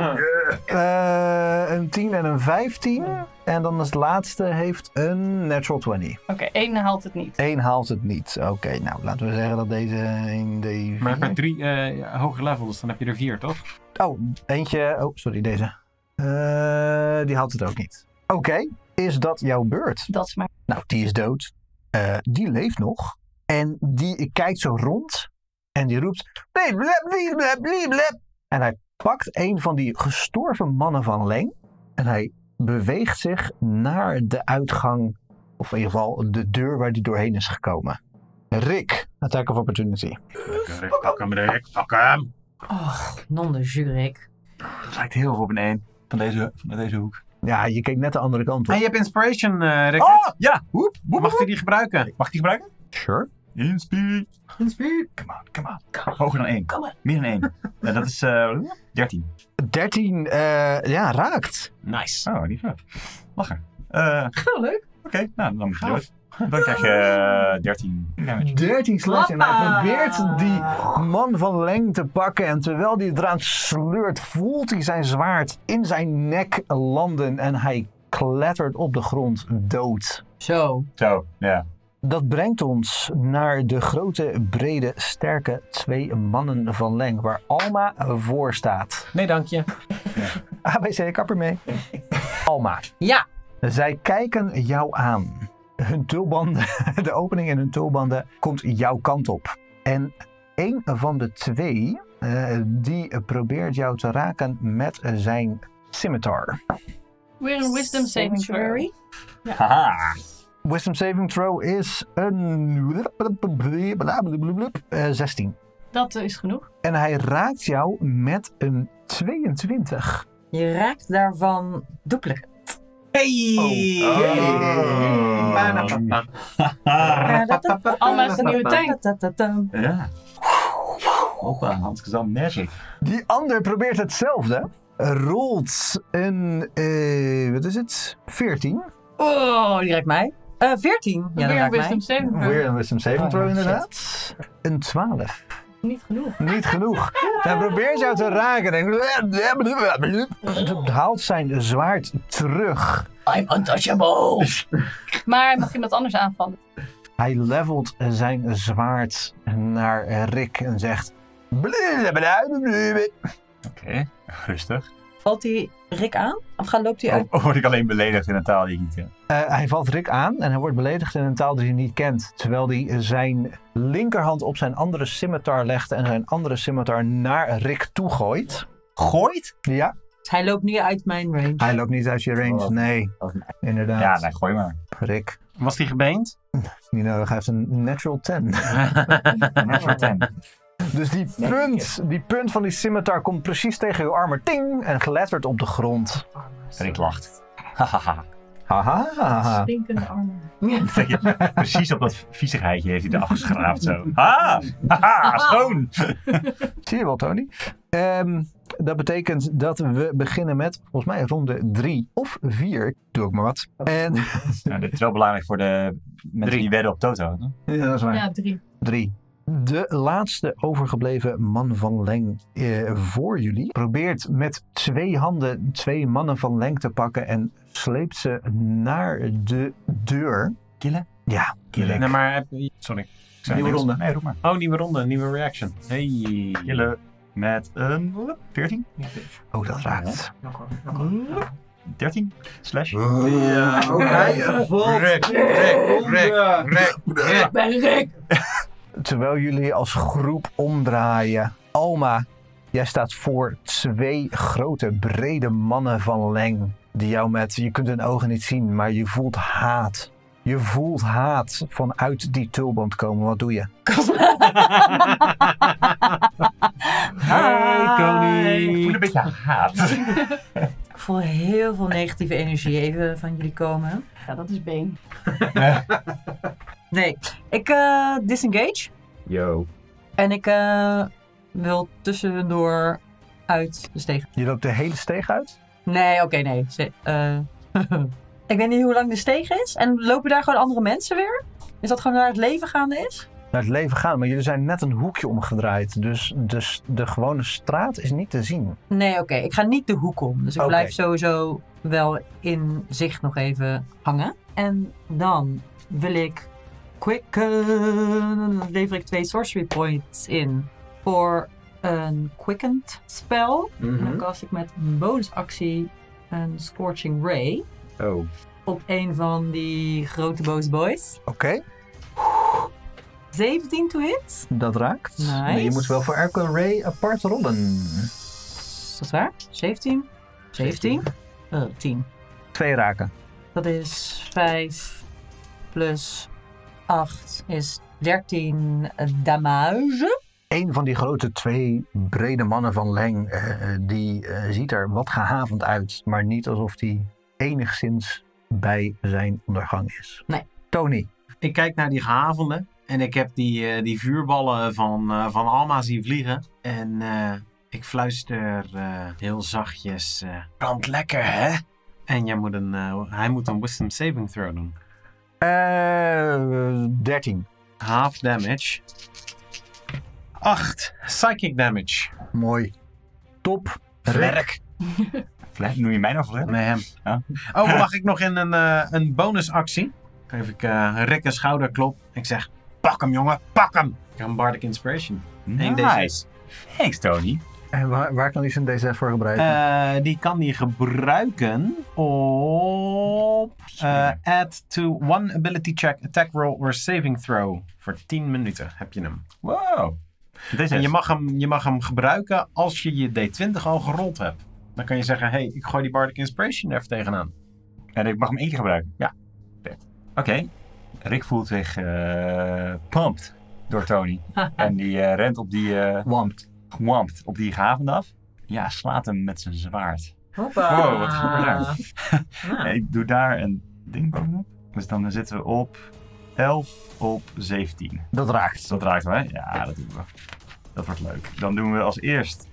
Eh, een 10 en een 15. En dan als laatste heeft een natural 20. Oké, één haalt het niet. Eén haalt het niet. Oké, nou laten we zeggen dat deze in de... Maar je hebt er drie eh, hoger level, dus dan heb je er vier, toch? Oh, eentje... Oh, sorry, deze. Eh, die haalt het ook niet. Oké, is dat jouw beurt? Dat is maar. Nou, die is dood. Eh, die leeft nog. En die kijkt zo rond. En die roept. "Bliep, blep, bliep, blep, bliep, blep." En hij pakt een van die gestorven mannen van Leng. En hij beweegt zich naar de uitgang. Of in ieder geval de deur waar hij doorheen is gekomen. Rick, attack of opportunity. Rick, pak hem, Rick, pak hem. Och, non de [LAUGHS] Jurik. Het lijkt heel veel op een 1 van deze, van deze hoek. Ja, je keek net de andere kant En op. je hebt inspiration, eh Rick. Oh, ja. Hoep, woep, Mag woep. hij die gebruiken? Mag ik die gebruiken? Sure. Inspire. Come on, come on. Hoger dan 1. Meer dan 1. En dat is eh 13. 13, eh, ja, raakt. Nice. Oh, niet fout. Lachen. Eh, leuk. Oké, nou dan moet je Gaaf. dood. Dan krijg je eh, 13 damage. 13 slash. En hij Hoppa. probeert die man van Leng te pakken. En terwijl hij het eraan sleurt, voelt hij zijn zwaard in zijn nek landen. En hij klettert op de grond dood. Zo. Zo, ja. Dat brengt ons naar de grote, brede, sterke twee mannen van Leng. Waar Alma voor staat. Nee, dank je. ABC, kapper mee. Alma. Ja. Zij kijken jou aan. Hun tulbanden, [LAUGHS] de opening in hun tulbanden komt jouw kant op. En een van de twee, eh, die probeert jou te raken met zijn scimitar. Weer een wisdom saving throw. Haha. Wisdom saving throw is een eh, 16. Dat eh, is genoeg. En hij raakt jou met een 22. Je raakt daarvan dubbele. Hey! Oh. Banapapa. Oh, Alma is de nieuwe tank. Ja. Hoppa, Hans Gezam Magic. Die ander probeert hetzelfde. Rolt een, eh, wat is het? 14. Oh, die raakt mij. Eh 14. Ja, dat Weer een raakt mij. wisdom saving throw. Weer een wisdom saving throw Oh, shit. inderdaad. Een 12. Niet genoeg. Niet genoeg. Hij probeert jou te raken. "Eh, En eh." haalt zijn zwaard terug. I'm untouchable. Maar mag iemand anders aanvallen? Hij levelt zijn zwaard naar Rick en zegt... Oké, rustig. Valt die Rick aan? Of gaat, loopt hij Of uit? of word ik alleen beledigd in een taal die ik niet ken? Eh, hij valt Rick aan en hij wordt beledigd in een taal die hij niet kent. Terwijl hij zijn linkerhand op zijn andere scimitar legt en zijn andere scimitar naar Rick toegooit. Gooit? Ja, Dus hij loopt nu uit mijn range. hij loopt niet uit je range. Oh. Nee, Oh, nee. inderdaad. Ja, nee, gooi maar. Rick, Was die gebeend? niet nodig. Hij heeft een natural 10. Natural 10. [LAUGHS] Dus die punt, die punt van die scimitar komt precies tegen uw armer. Ting! En geletterd op de grond. En ik lacht. Hahaha. Ah. Haha. Stinkende armen. Kijk, je, Precies op dat viezigheidje heeft hij eraf geschraapt zo. Ah, haha, schoon. Zie je wel, Tony? Ehm, dat betekent dat we beginnen met, volgens mij, ronde 3 of 4. Doe ook maar wat. En, Nou, dit is wel belangrijk voor de mensen die wedden op Toto. hè? ja, dat is Ah. waar. Ja, drie. 3. De laatste overgebleven man van Leng eh, voor jullie probeert met twee handen twee mannen van Leng te pakken en sleept ze naar de deur. Killen? Ja, direct. Nee, maar... heb- Sorry. Ik zei Nieuwe niks. ronde. Nee, roep maar. Oh, nieuwe ronde, nieuwe reaction. Hey. Killen met een 14? Oh, dat raakt. 13? Slash? Ja, Rick, Rick, Rick, Rick, Rick. Terwijl jullie als groep omdraaien. Alma, jij staat voor twee grote, brede mannen van Leng. Die jou met, je kunt hun ogen niet zien, maar je voelt haat. Je voelt haat vanuit die tulband komen. Wat doe je? Hey, Ik voel Tony. een beetje haat. Ik voel heel veel negatieve energie even van jullie komen. Ja, dat is been. Nee, ik eh, disengage. Yo. En ik eh, wil tussendoor uit de steeg. Je loopt de hele steeg uit? Nee, oké, nee. Ze- eh, [LAUGHS] ik weet niet hoe lang de steeg is. En lopen daar gewoon andere mensen weer? Is dat gewoon waar het leven gaande is? Naar het leven gaan, maar jullie zijn net een hoekje omgedraaid. Dus de, s- de gewone straat is niet te zien. Nee, oké. Ik ga niet de hoek om. Dus ik Oké. blijf sowieso wel in zicht nog even hangen. En dan wil ik quicken. Dan lever ik twee sorcery points in voor een quickened spel. En dan cast ik met een bonusactie een scorching ray Oh. op een van die grote boze boys. Oké. 17 to hit. Dat raakt. Nice. Maar je moet wel voor elke Ray apart rollen. Is dat waar? 17? 17? Eh 10. Twee raken. Dat is 5 plus 8 is 13 damage. Een van die grote twee brede mannen van Leng, eh, eh, die eh, ziet er wat gehavend uit. Maar niet alsof hij enigszins bij zijn ondergang is. Nee. Tony, Ik kijk naar die gehavenden en ik heb die, eh, die vuurballen van, eh, van Alma zien vliegen. En eh, ik fluister eh, heel zachtjes, eh brand lekker hè? En jij moet een, eh, hij moet een wisdom saving throw doen. eh 13. Half damage. 8 psychic damage. Mooi. Top. Werk. Flat, noem je mij nou flat? Nee, hem. Ja. Oh, mag ik nog in een, eh, een bonusactie? Geef ik eh Rick een schouderklop. Ik zeg, pak hem jongen, pak hem. Ik heb een bardic inspiration. 1 Nice. Thanks, Tony. En Eh, waar, waar kan hij zijn D6 voor gebruiken? Eh, die kan hij gebruiken op eh, add to one ability check, attack roll or saving throw. Voor 10 minuten heb je hem. Wow. Dit En is je mag hem, je mag hem gebruiken als je je D20 al gerold hebt. Dan kan je zeggen, hey, ik gooi die Bardic Inspiration er even tegenaan. En ik mag hem één keer gebruiken? Ja. Vet. Oké. Rick voelt zich eh pumped door Tony. en die eh, rent op die... eh Want gewampt op die gehavende af. Ja, slaat hem met zijn zwaard. Hoppa. Wow, wat goed [LAUGHS] gedaan. Ah. Ik doe daar een ding bovenop. Dus dan zitten we op 11 op 17. dat raakt. Dus dat raakt wel, hè? Ja, dat doen we. Dat wordt leuk. Dan doen we als eerst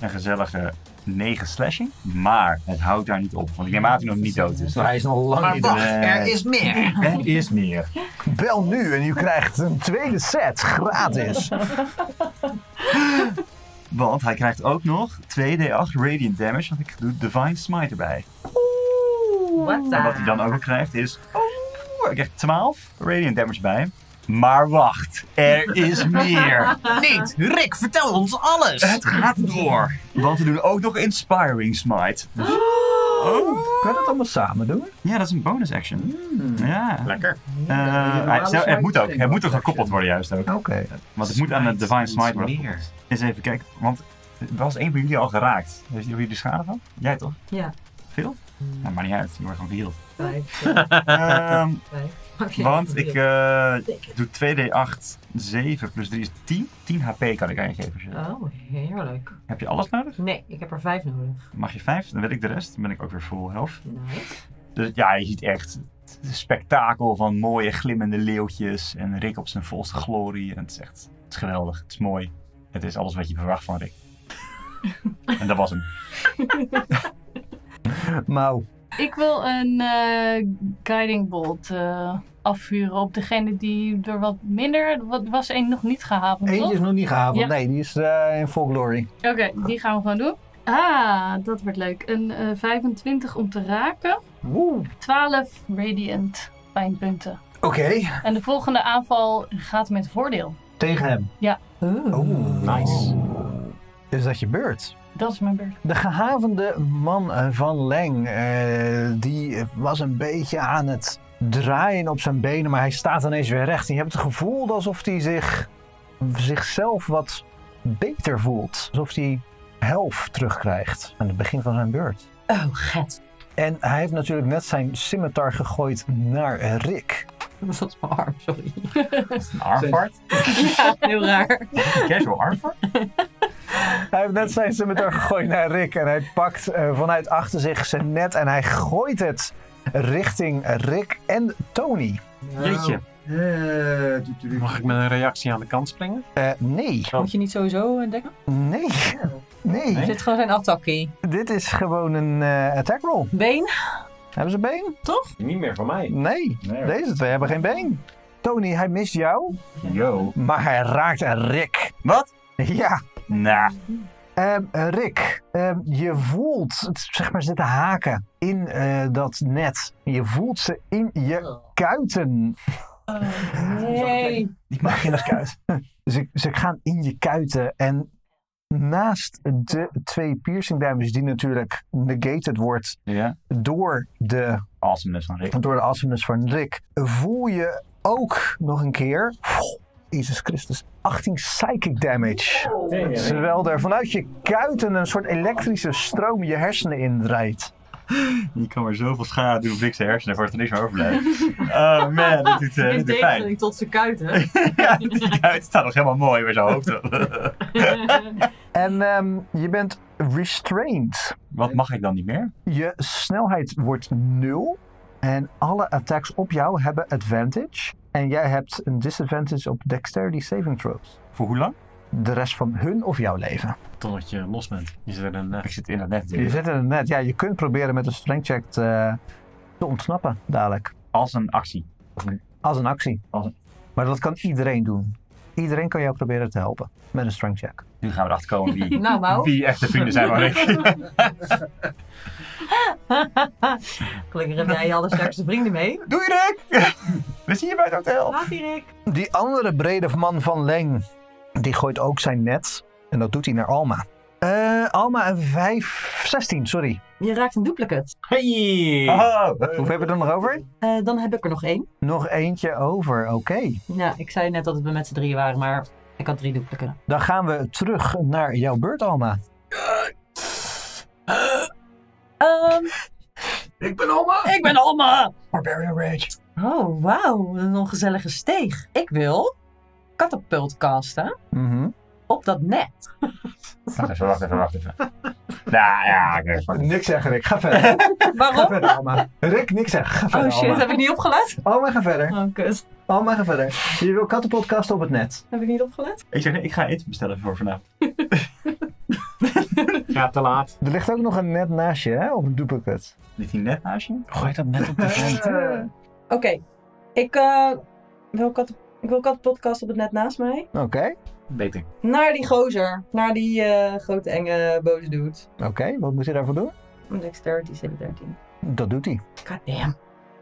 een gezellige 9 slashing. Maar het houdt daar niet op. Want ik neem aan dat hij nog niet dood is. Maar hij is nog lang niet dood. is meer. [LAUGHS] Er is meer. Bel nu en u krijgt een tweede set gratis. Want hij krijgt ook nog 2d8 radiant damage. Want ik doe Divine Smite erbij. What's En wat hij dan ook nog krijgt is. Oh, ik krijg 12 radiant damage bij. Maar wacht, er is meer. Niet! Rick, vertel ons alles! Het gaat door. Want we doen ook nog Inspiring Smite. Dus- Oh, kan je dat allemaal samen doen? Ja, dat is een bonus action. Ja. Lekker. Eh, hij- het moet ook. Het moet ook gekoppeld worden, juist ook. Oké. Want het moet aan de Divine Smite worden. Iets meer. gekoppeld. Eens even kijken, want er was één van jullie al geraakt. Heeft jullie de schade van? Jij toch? Ja. Hmm. Veel? Nou, maakt niet uit. Je wordt gewoon geheeld. [LAUGHS] Vijf, Ehm, Oké. Want ik eh, doe 2d8, 7 plus 3 is 10. 10 HP kan ik aangeven. Als je- Oh, heerlijk. Heb je alles nodig? Nee, ik heb er vijf nodig. Mag je 5? Dan weet ik de rest. Dan ben ik ook weer full health. Nice. Dus ja, je ziet echt het spektakel van mooie glimmende leeuwtjes. En Rick op zijn volste glorie. En het is echt het is geweldig. Het is mooi. Het is alles wat je verwacht van [LAUGHS] Rick. en dat was hem. Nou, Ik wil een eh, guiding bolt eh, afvuren op degene die door wat minder... Wat, was één nog niet gehavend, eentje is toch? nog niet gehavend. Ja. Nee, die is eh, in full glory. Oké, die gaan we gewoon doen. Ah, dat wordt leuk. Een eh, 25 om te raken. 12 radiant pijnpunten. Oké. En de volgende aanval gaat met voordeel. Tegen hem. Oeh. Oeh. Nice. Is dat je beurt? Dat is mijn beurt. De gehavende man eh, van Leng, eh, die was een beetje aan het draaien op zijn benen, maar hij staat ineens weer recht. En je hebt het gevoel alsof hij zich, zichzelf wat beter voelt. Alsof hij helft terugkrijgt aan het begin van zijn beurt. Oh, get. En hij heeft natuurlijk net zijn scimitar gegooid naar Rick. Dat was mijn arm, sorry. Een armfart. Heel raar. Casual [LAUGHS] armfart. Hij heeft net zijn [LAUGHS] scimitar gegooid naar Rick en hij pakt eh, vanuit achter zich zijn net en hij gooit het richting Rick en Tony. Jeetje. Mag ik met een reactie aan de kant springen? Eh, nee. Oh. Moet je niet sowieso eh, dekken? Nee. Nee. Er zit gewoon zijn attakkie. Dit is gewoon een eh, attack roll. Been? Hebben ze been? Niet meer van mij. Nee. Deze twee hebben geen been. Tony, hij mist jou, Yo. maar hij raakt aan Rick. Wat? Ja. Nou, Ehm, eh, Rick, ehm, je voelt, het- zeg maar, zitten haken in eh, dat net. Je voelt ze in je kuiten. [LAUGHS] Nee. Ik mag geen [LAUGHS] kuit. ze, ze gaan in je kuiten en naast de twee piercing damage die natuurlijk negated wordt Ja. door de Awesomeness van Rick. door de awesomeness van Rick, voel je ook nog een keer Jezus Christus, 18 psychic damage. Dang it. Terwijl er vanuit je kuiten een soort elektrische stroom je hersenen indrijft. Je kan maar zoveel schade doen op niks hersenen, voor het er niks meer [LAUGHS] overblijft. Oh man, dat doet, eh, dit doet pijn. tot zijn [LAUGHS] kuiten. [LAUGHS] Ja, het staat nog helemaal mooi bij zo'n hoofd. En ehm, je bent restrained. Wat mag ik dan niet meer? Je snelheid wordt nul. En alle attacks op jou hebben advantage. En jij hebt een disadvantage op dexterity saving throws. Voor hoe lang? De rest van hun of jouw leven. Totdat je los bent. Je zit er een... eh, Ik zit in dat net Je natuurlijk. zit in het net. Ja, je kunt proberen met een strength check eh, te ontsnappen dadelijk. Als een actie. Als een actie. Als een- Maar dat kan iedereen doen. Iedereen kan jou proberen te helpen met een strength check. Nu gaan we erachter komen wie, Nou, Mau. wie echte vrienden zijn van ik. Gelukkig heb jij al de sterkste vrienden mee. Doei Rick! We zien je bij het hotel. Laat die Rick. Die andere brede man van Leng, die gooit ook zijn net. En dat doet hij naar Alma. Eh, Alma, een 5, 16, sorry. Je raakt een duplicate. Hey! Oh, Hoeveel hebben we er nog over? Eh, dan heb ik er nog één. Nog eentje over, oké. Nou, ik zei net dat we met z'n drieën waren, maar ik had drie duplicates. Dan gaan we terug naar jouw beurt, Alma. Ehm, Ik ben oma. ik ben Alma! Barbarian Rage. Oh, wauw. Wat Een ongezellige steeg. Ik wil katapult casten Mhm. op dat net. [LAUGHS] Wacht even, wacht even, wacht even. Nou ja, ik weet het. Niks zeggen, Rick. Ga verder. Ga Waarom? verder, [LAUGHS] Alma. Rick, niks zeggen. Ga verder, Oh shit, Alma. heb ik niet opgelet? Alma, ga verder. Oh, kut. Alma, ga verder. Je wil kattenpodcast op het net. Heb ik niet opgelet? Ik zeg, nee, ik ga eten bestellen voor vanavond. Ja, te laat. Er ligt ook nog een net naast je, hè? Op een duplicate. Ligt hij net naast je? Gooi dat net op de grond. Oké. Ik, eh, wil kat, ik wil katapultcast op het net naast mij. Oké, Beter. Naar die gozer. Naar die eh, grote enge boze dude. oké. Wat moet je daarvoor doen? Een Dexterity save 13. Dat doet hij. God damn.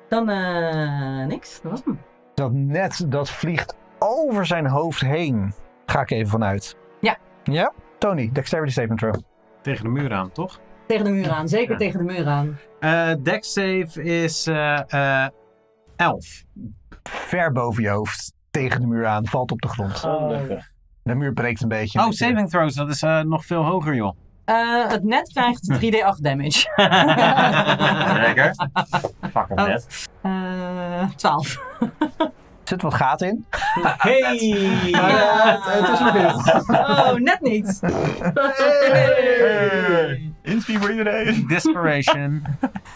Dan eh, niks. Dat was hem. Dat net, dat vliegt over zijn hoofd heen. Ga ik even vanuit. Ja. Ja? Tony, dexterity saving throw. Tegen de muur aan, toch? Tegen de muur aan. Zeker Ja. tegen de muur aan. Eh deck save is eh eh 11. Ver boven je hoofd. Tegen de muur aan. Valt op de grond. Gelukkig. De muur breekt een beetje. Oh, saving throws, dat is eh, nog veel hoger, [LAUGHS] joh. Eh, het net krijgt 3d8 damage. Zeker. Fuck hem Oh. net. Eh 12. Er zit wat gaten in. Hey! Maar Ja. eh, het, het is nog heel. Oh, net niet. Hey. Inspie voor iedereen. Desperation.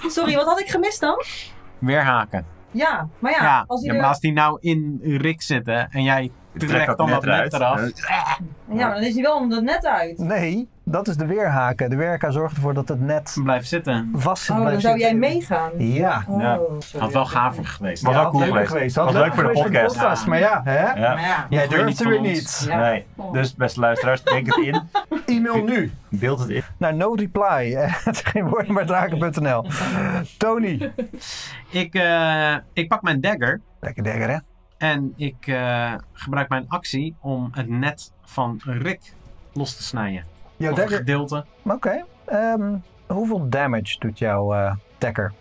Sorry, wat had ik gemist dan? [LAUGHS] Weer haken. Ja, maar ja, Ja, als hij ja, er- maar als die nou in Rick zitten en jij trek trekt dat dan net dat net eruit. eraf. ja, maar dan is hij wel om dat net uit. Nee, dat is de weerhaken. De weerhaken zorgt ervoor dat het net Blijf zitten. vast zit. Oh, dan blijft zou jij zitten. meegaan. Ja. Oh, Ja. sorry. Had wel gaver geweest. Was Ja, wel cool leuk geweest. Had Was leuk voor de podcast. Ja. Maar ja, hè? Ja. Maar ja. Jij Gooi niet durft er van weer ons. niet. Ja. Nee. Dus beste luisteraars, denk het in. E-mail nu. Beeld het in. Naar no reply. [LAUGHS] Het is geen woord, maar draken.nl. Tony. Ik, eh, ik pak mijn dagger Lekker degger, hè? en ik eh, gebruik mijn actie om het net van Rick los te snijden. Jouw of een dagger. gedeelte. Oké. Ehm, hoeveel damage doet jouw eh dekker?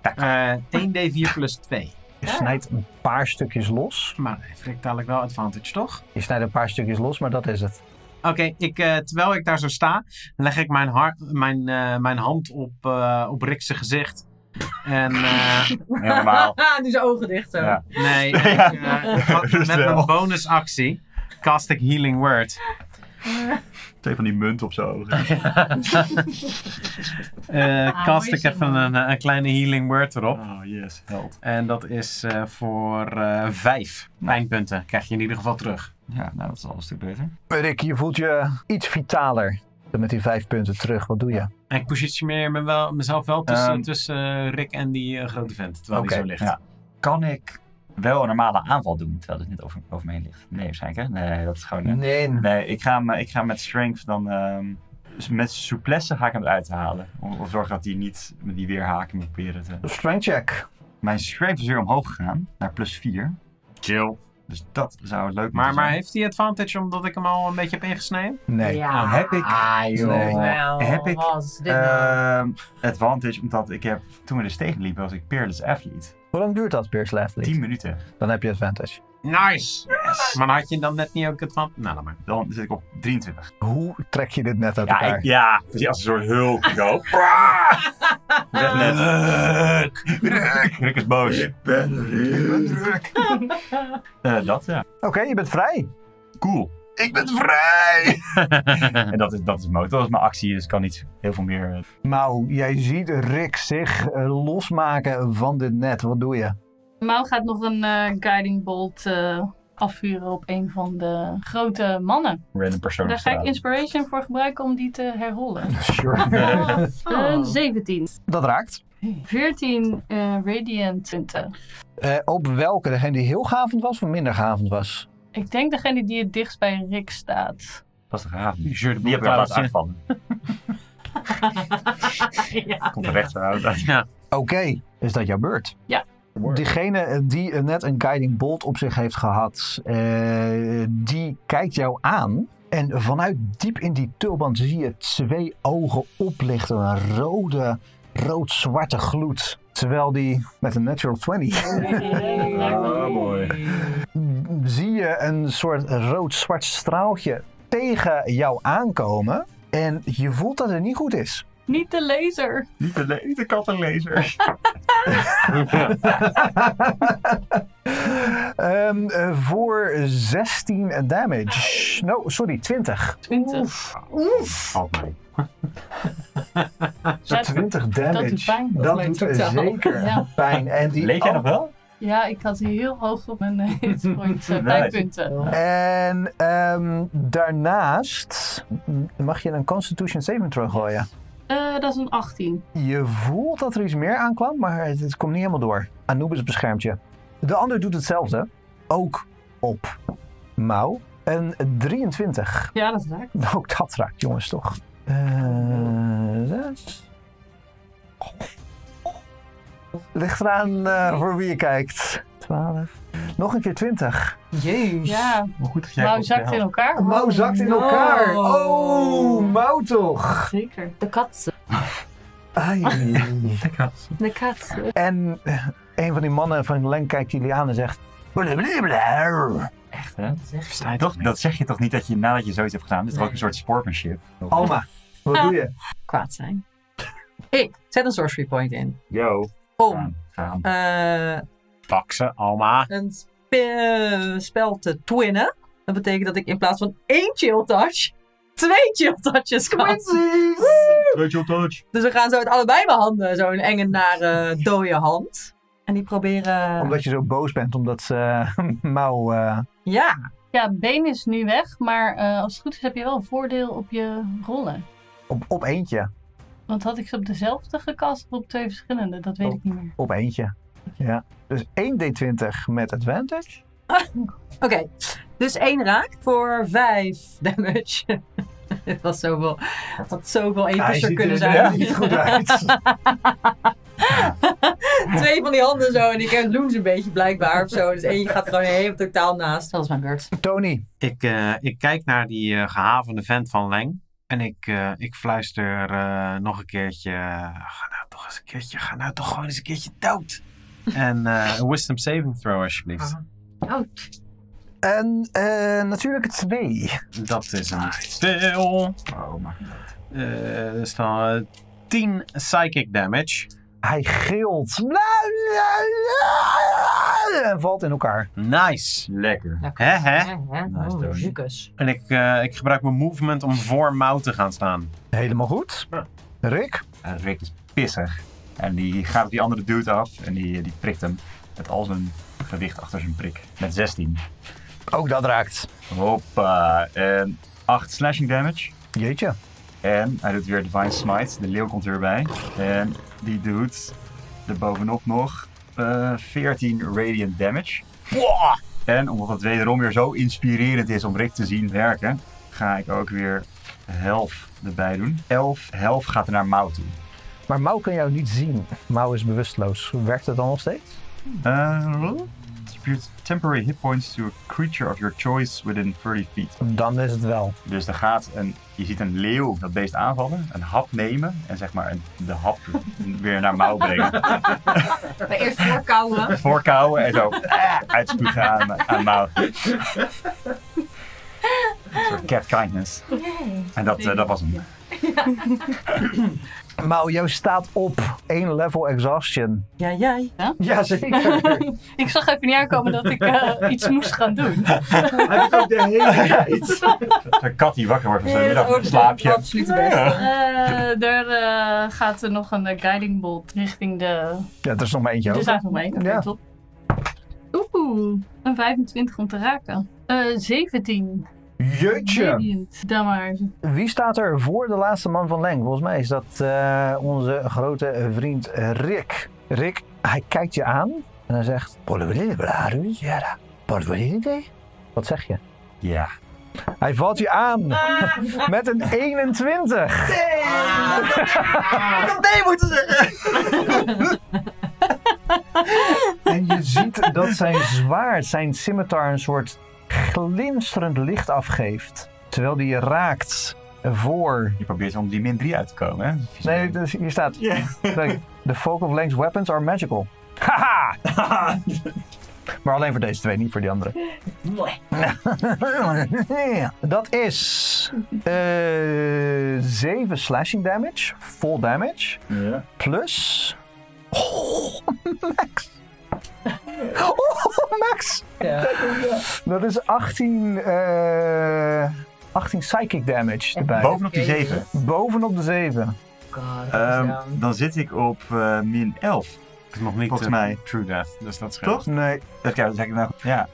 Eh 1d4 plus 2. Je snijdt een paar stukjes los. Maar heeft Rick dadelijk wel advantage, toch? Je snijdt een paar stukjes los, maar dat is het. Oké, ik, eh, terwijl ik daar zo sta, leg ik mijn, har- mijn, eh, mijn hand op, eh op Rick's gezicht. En eh, [LAUGHS] [LAUGHS] Helemaal. nu zijn ogen dicht zo. Ja. [LAUGHS] nee, en ik, eh, ik pak- met Rust wel. mijn bonusactie cast ik Healing Word. Twee van die munt op zijn ogen. Eh Ah, cast mooi ik zo, even man. een, een kleine Healing Word erop. Oh yes, held. En dat is eh, voor eh vijf pijnpunten. Krijg je in ieder geval terug. Ja, nou dat is al een stuk beter. Rick, je voelt je iets vitaler dan met die vijf punten terug. Wat doe je? En ik positioneer me wel, mezelf wel tussen, Ehm. tussen eh, Rick en die eh, grote vent. Terwijl Oké, die zo ligt. ja. Kan ik wel een normale aanval doen, terwijl dit net over, over me heen ligt? Nee, waarschijnlijk hè? Nee, dat is gewoon... eh, Nee. Nee, ik ga, hem, eh, ik ga hem met strength dan... ehm, dus met souplesse ga ik hem eruit halen. Om om te zorgen dat hij niet met die weerhaken moet proberen te... Strength check. Mijn strength is weer omhoog gegaan, naar plus 4. Chill. Dus dat zou leuk Maar, moeten maar zijn. heeft hij advantage omdat ik hem al een beetje heb ingesneden? Nee. Nou, heb ik... Ah Nee. Wel, heb ik, wat is dit nou? Ehm advantage, omdat ik heb... Toen we dus tegenliepen was ik Peerless Athlete. Hoe lang duurt dat, Pierce Lively? 10 minuten. Dan heb je advantage. Nice! Yes. Maar had je dan net niet ook het van... Nou, laat maar. Dan zit ik op 23. Hoe trek je dit net uit Ja, elkaar? ik, ja precies, als een soort hulp. [LAUGHS] Zo. Zeg net. Ruk! Ruk! Ruk is boos. Ik ben Ruk. [LAUGHS] Eh, dat, ja. Oké, je bent vrij. Cool. Ik ben vrij! [LAUGHS] en dat is, dat is motor. Dat is mijn actie, dus ik kan niet heel veel meer. eh, Nou, jij ziet Rick zich eh, losmaken van dit net. Wat doe je? Mau gaat nog een eh, guiding bolt eh, afvuren op een van de grote mannen. random persoon. Daar op ga ik straat. inspiration voor gebruiken om die te herrollen. Sure. Oh, Een 17. [LAUGHS] Dat raakt. 14 eh, radiant punten. Eh, op welke? Degene die heel gavend was of minder gavend was? Ik denk degene die het dichtst bij Rick staat. Dat is de graaf. Die Jure de heb ik Boer- laten aanvallen. ja. Komt de rechter uit. Ja. Oké, is dat jouw beurt? Ja. Degene die eh, net een guiding bolt op zich heeft gehad, eh, die kijkt jou aan. En vanuit diep in die tulband zie je twee ogen oplichten. Een rode, rood-zwarte gloed. Terwijl die met een natural 20 Eh, Ah, mooi. [LAUGHS] zie je een soort rood-zwart straaltje tegen jou aankomen. En je voelt dat het niet goed is. Niet de laser. Niet de, le- niet de kattenlezer. [LAUGHS] Ehm, eh, voor 16 damage. No, sorry, 20. 20. Valt mij. Ja, dat- 20 damage. doet pijn. Dat Dat doet lijkt totaal. zeker Ja. pijn. En die Leek jij nog wel? ja, ik had heel hoog op mijn eh, hit points, eh, Nice. pijnpunten. Oh, En ehm, daarnaast mag je een Constitution saving throw gooien. Eh, dat is een 18. Je voelt dat er iets meer aankwam, maar het, het komt niet helemaal door. Anubis beschermt je. De ander doet hetzelfde. Ook op Mau. Een 23. Ja, dat raakt. [LAUGHS] Ook dat raakt jongens toch. Eh, zes. Ligt eraan eh, voor wie je kijkt. 12. Nog een keer 20. Jezus. Ja, Hoe goed dat [LAUGHS] jij nou komt, zakt in ja. elkaar. Mouw Oh, zakt in no. elkaar. Oh, mouw toch. Zeker. De kat. Ai. De kat. [LAUGHS] en eh, een van die mannen van Len kijkt jullie aan en zegt. "Blablabla." Echt, hè? Toch, dat zeg je toch niet dat je nadat je zoiets hebt gedaan? Dit is toch ook een soort sportmanship. Alma, wat doe je? Kwaad zijn. Ik zet een sorcery point in. Yo. Om Gaan, gaan. eh, Pak ze, Alma. een spe- eh, spel te twinnen. Dat betekent dat ik in plaats van één chill touch, twee chill touches kan. Rachel Touch. Dus we gaan zo uit allebei mijn handen zo'n enge, nare, dode hand. En die proberen... Omdat je zo boos bent, omdat eh [LAUGHS] Mouw. eh, Ja. Ja, been is nu weg, maar eh, als het goed is heb je wel een voordeel op je rollen. op, op eentje. Want had ik ze op dezelfde gekast of op twee verschillende? Dat weet ik niet meer. Op eentje. Ja. Dus 1d20 met advantage. Oké. Dus één raakt voor vijf damage. [LAUGHS] Dit was zoveel... Het had zoveel epischer kunnen zijn. goed uit. Ah. Twee van die handen zo en ik doen ze een beetje blijkbaar of zo. Dus één gaat er gewoon helemaal totaal naast. Dat is mijn beurt. Tony, Ik, eh, ik kijk naar die eh, gehavende vent van Leng. En ik, eh, ik fluister eh, nog een keertje. Ga nou toch eens een keertje. Ga nou toch gewoon eens een keertje [LAUGHS] dood. en eh, een wisdom saving throw alsjeblieft. een eh natuurlijke 2. Dat is een veel. Oh, maar Eh, dat is dan eh, 10 psychic damage. Hij gilt. Bla, bla, bla, en valt in elkaar. Nice. lekker. Hè, hè? Oh, Nice, Tony. Jukus. En ik, eh, ik gebruik mijn movement om voor Mouw te gaan staan. Helemaal goed. Ja. Rick, En Rick is pissig. En die gaat op die andere dude af en die, die prikt hem met al zijn gewicht achter zijn prik. Met 16. ook dat raakt. Hoppa. En 8 slashing damage. Jeetje. En hij doet weer Divine Smite. De leeuw komt er weer bij. En die doet er bovenop nog eh, 14 radiant damage. En omdat het wederom weer zo inspirerend is om Rick te zien werken, ga ik ook weer helft erbij doen. 11 helft gaat er naar Mouw toe. Maar Mouw kan jou niet zien. Mouw is bewusteloos. Werkt het dan nog steeds? Eh, Attribute temporary hit points to a creature of your choice within 30 feet. Dan is het wel. Dus er gaat een, je ziet een leeuw dat beest aanvallen, een hap nemen en zeg maar een, de hap [LAUGHS] weer naar mouw brengen. [LAUGHS] Maar eerst voorkouwen. Voorkouwen en zo ah, uitspugen aan, aan mouw. Een soort cat kindness. En dat, eh, dat was hem. Mau, jou staat op één level exhaustion. Ja, jij. Jazeker. Ik zag even niet aankomen dat ik eh, iets moest gaan doen. Heb ik ook de hele tijd. Een kat die wakker wordt van zijn Nee, dat middag wordt slaapje. absoluut het beste. Dus, Eh, er eh, gaat er nog een eh, guiding bolt richting de... Ja, er is nog maar eentje Dus over. eigenlijk maar één. Oké, Ja. top. Oeh, een 25 om te raken. Eh 17. Jeetje. Radiant damage. Wie staat er voor de laatste man van Leng? Volgens mij is dat eh, onze grote vriend Rick. Rick, hij kijkt je aan en hij zegt... "Polwiliblaruiera, polwilide." Wat zeg je? Ja. Hij valt je aan [LAUGHS] met een 21. Ik had nee moeten zeggen! [LAUGHS] En je ziet dat zijn zwaard, zijn scimitar, een soort glinsterend licht afgeeft. Terwijl die je raakt voor... Je probeert om die min 3 uit te komen, hè? Vies Nee, ding. dus hier staat... Ja. The folk of Lang's weapons are magical. Haha! maar alleen voor deze twee, niet voor die [LAUGHS] andere. Dat is... eh 7 slashing damage, full damage, Ja. plus... Oh, [LAUGHS] Max! Oh, Max! Dat is 18, eh 18 psychic damage erbij. Bovenop die 7. Bovenop de 7. God, Ehm, ja. dan zit ik op eh, min 11. is nog niet Volgens eh, mij. True Death, dus dat scheelt. Toch? Nee, Dat kan, zeg ik nou goed. Ja.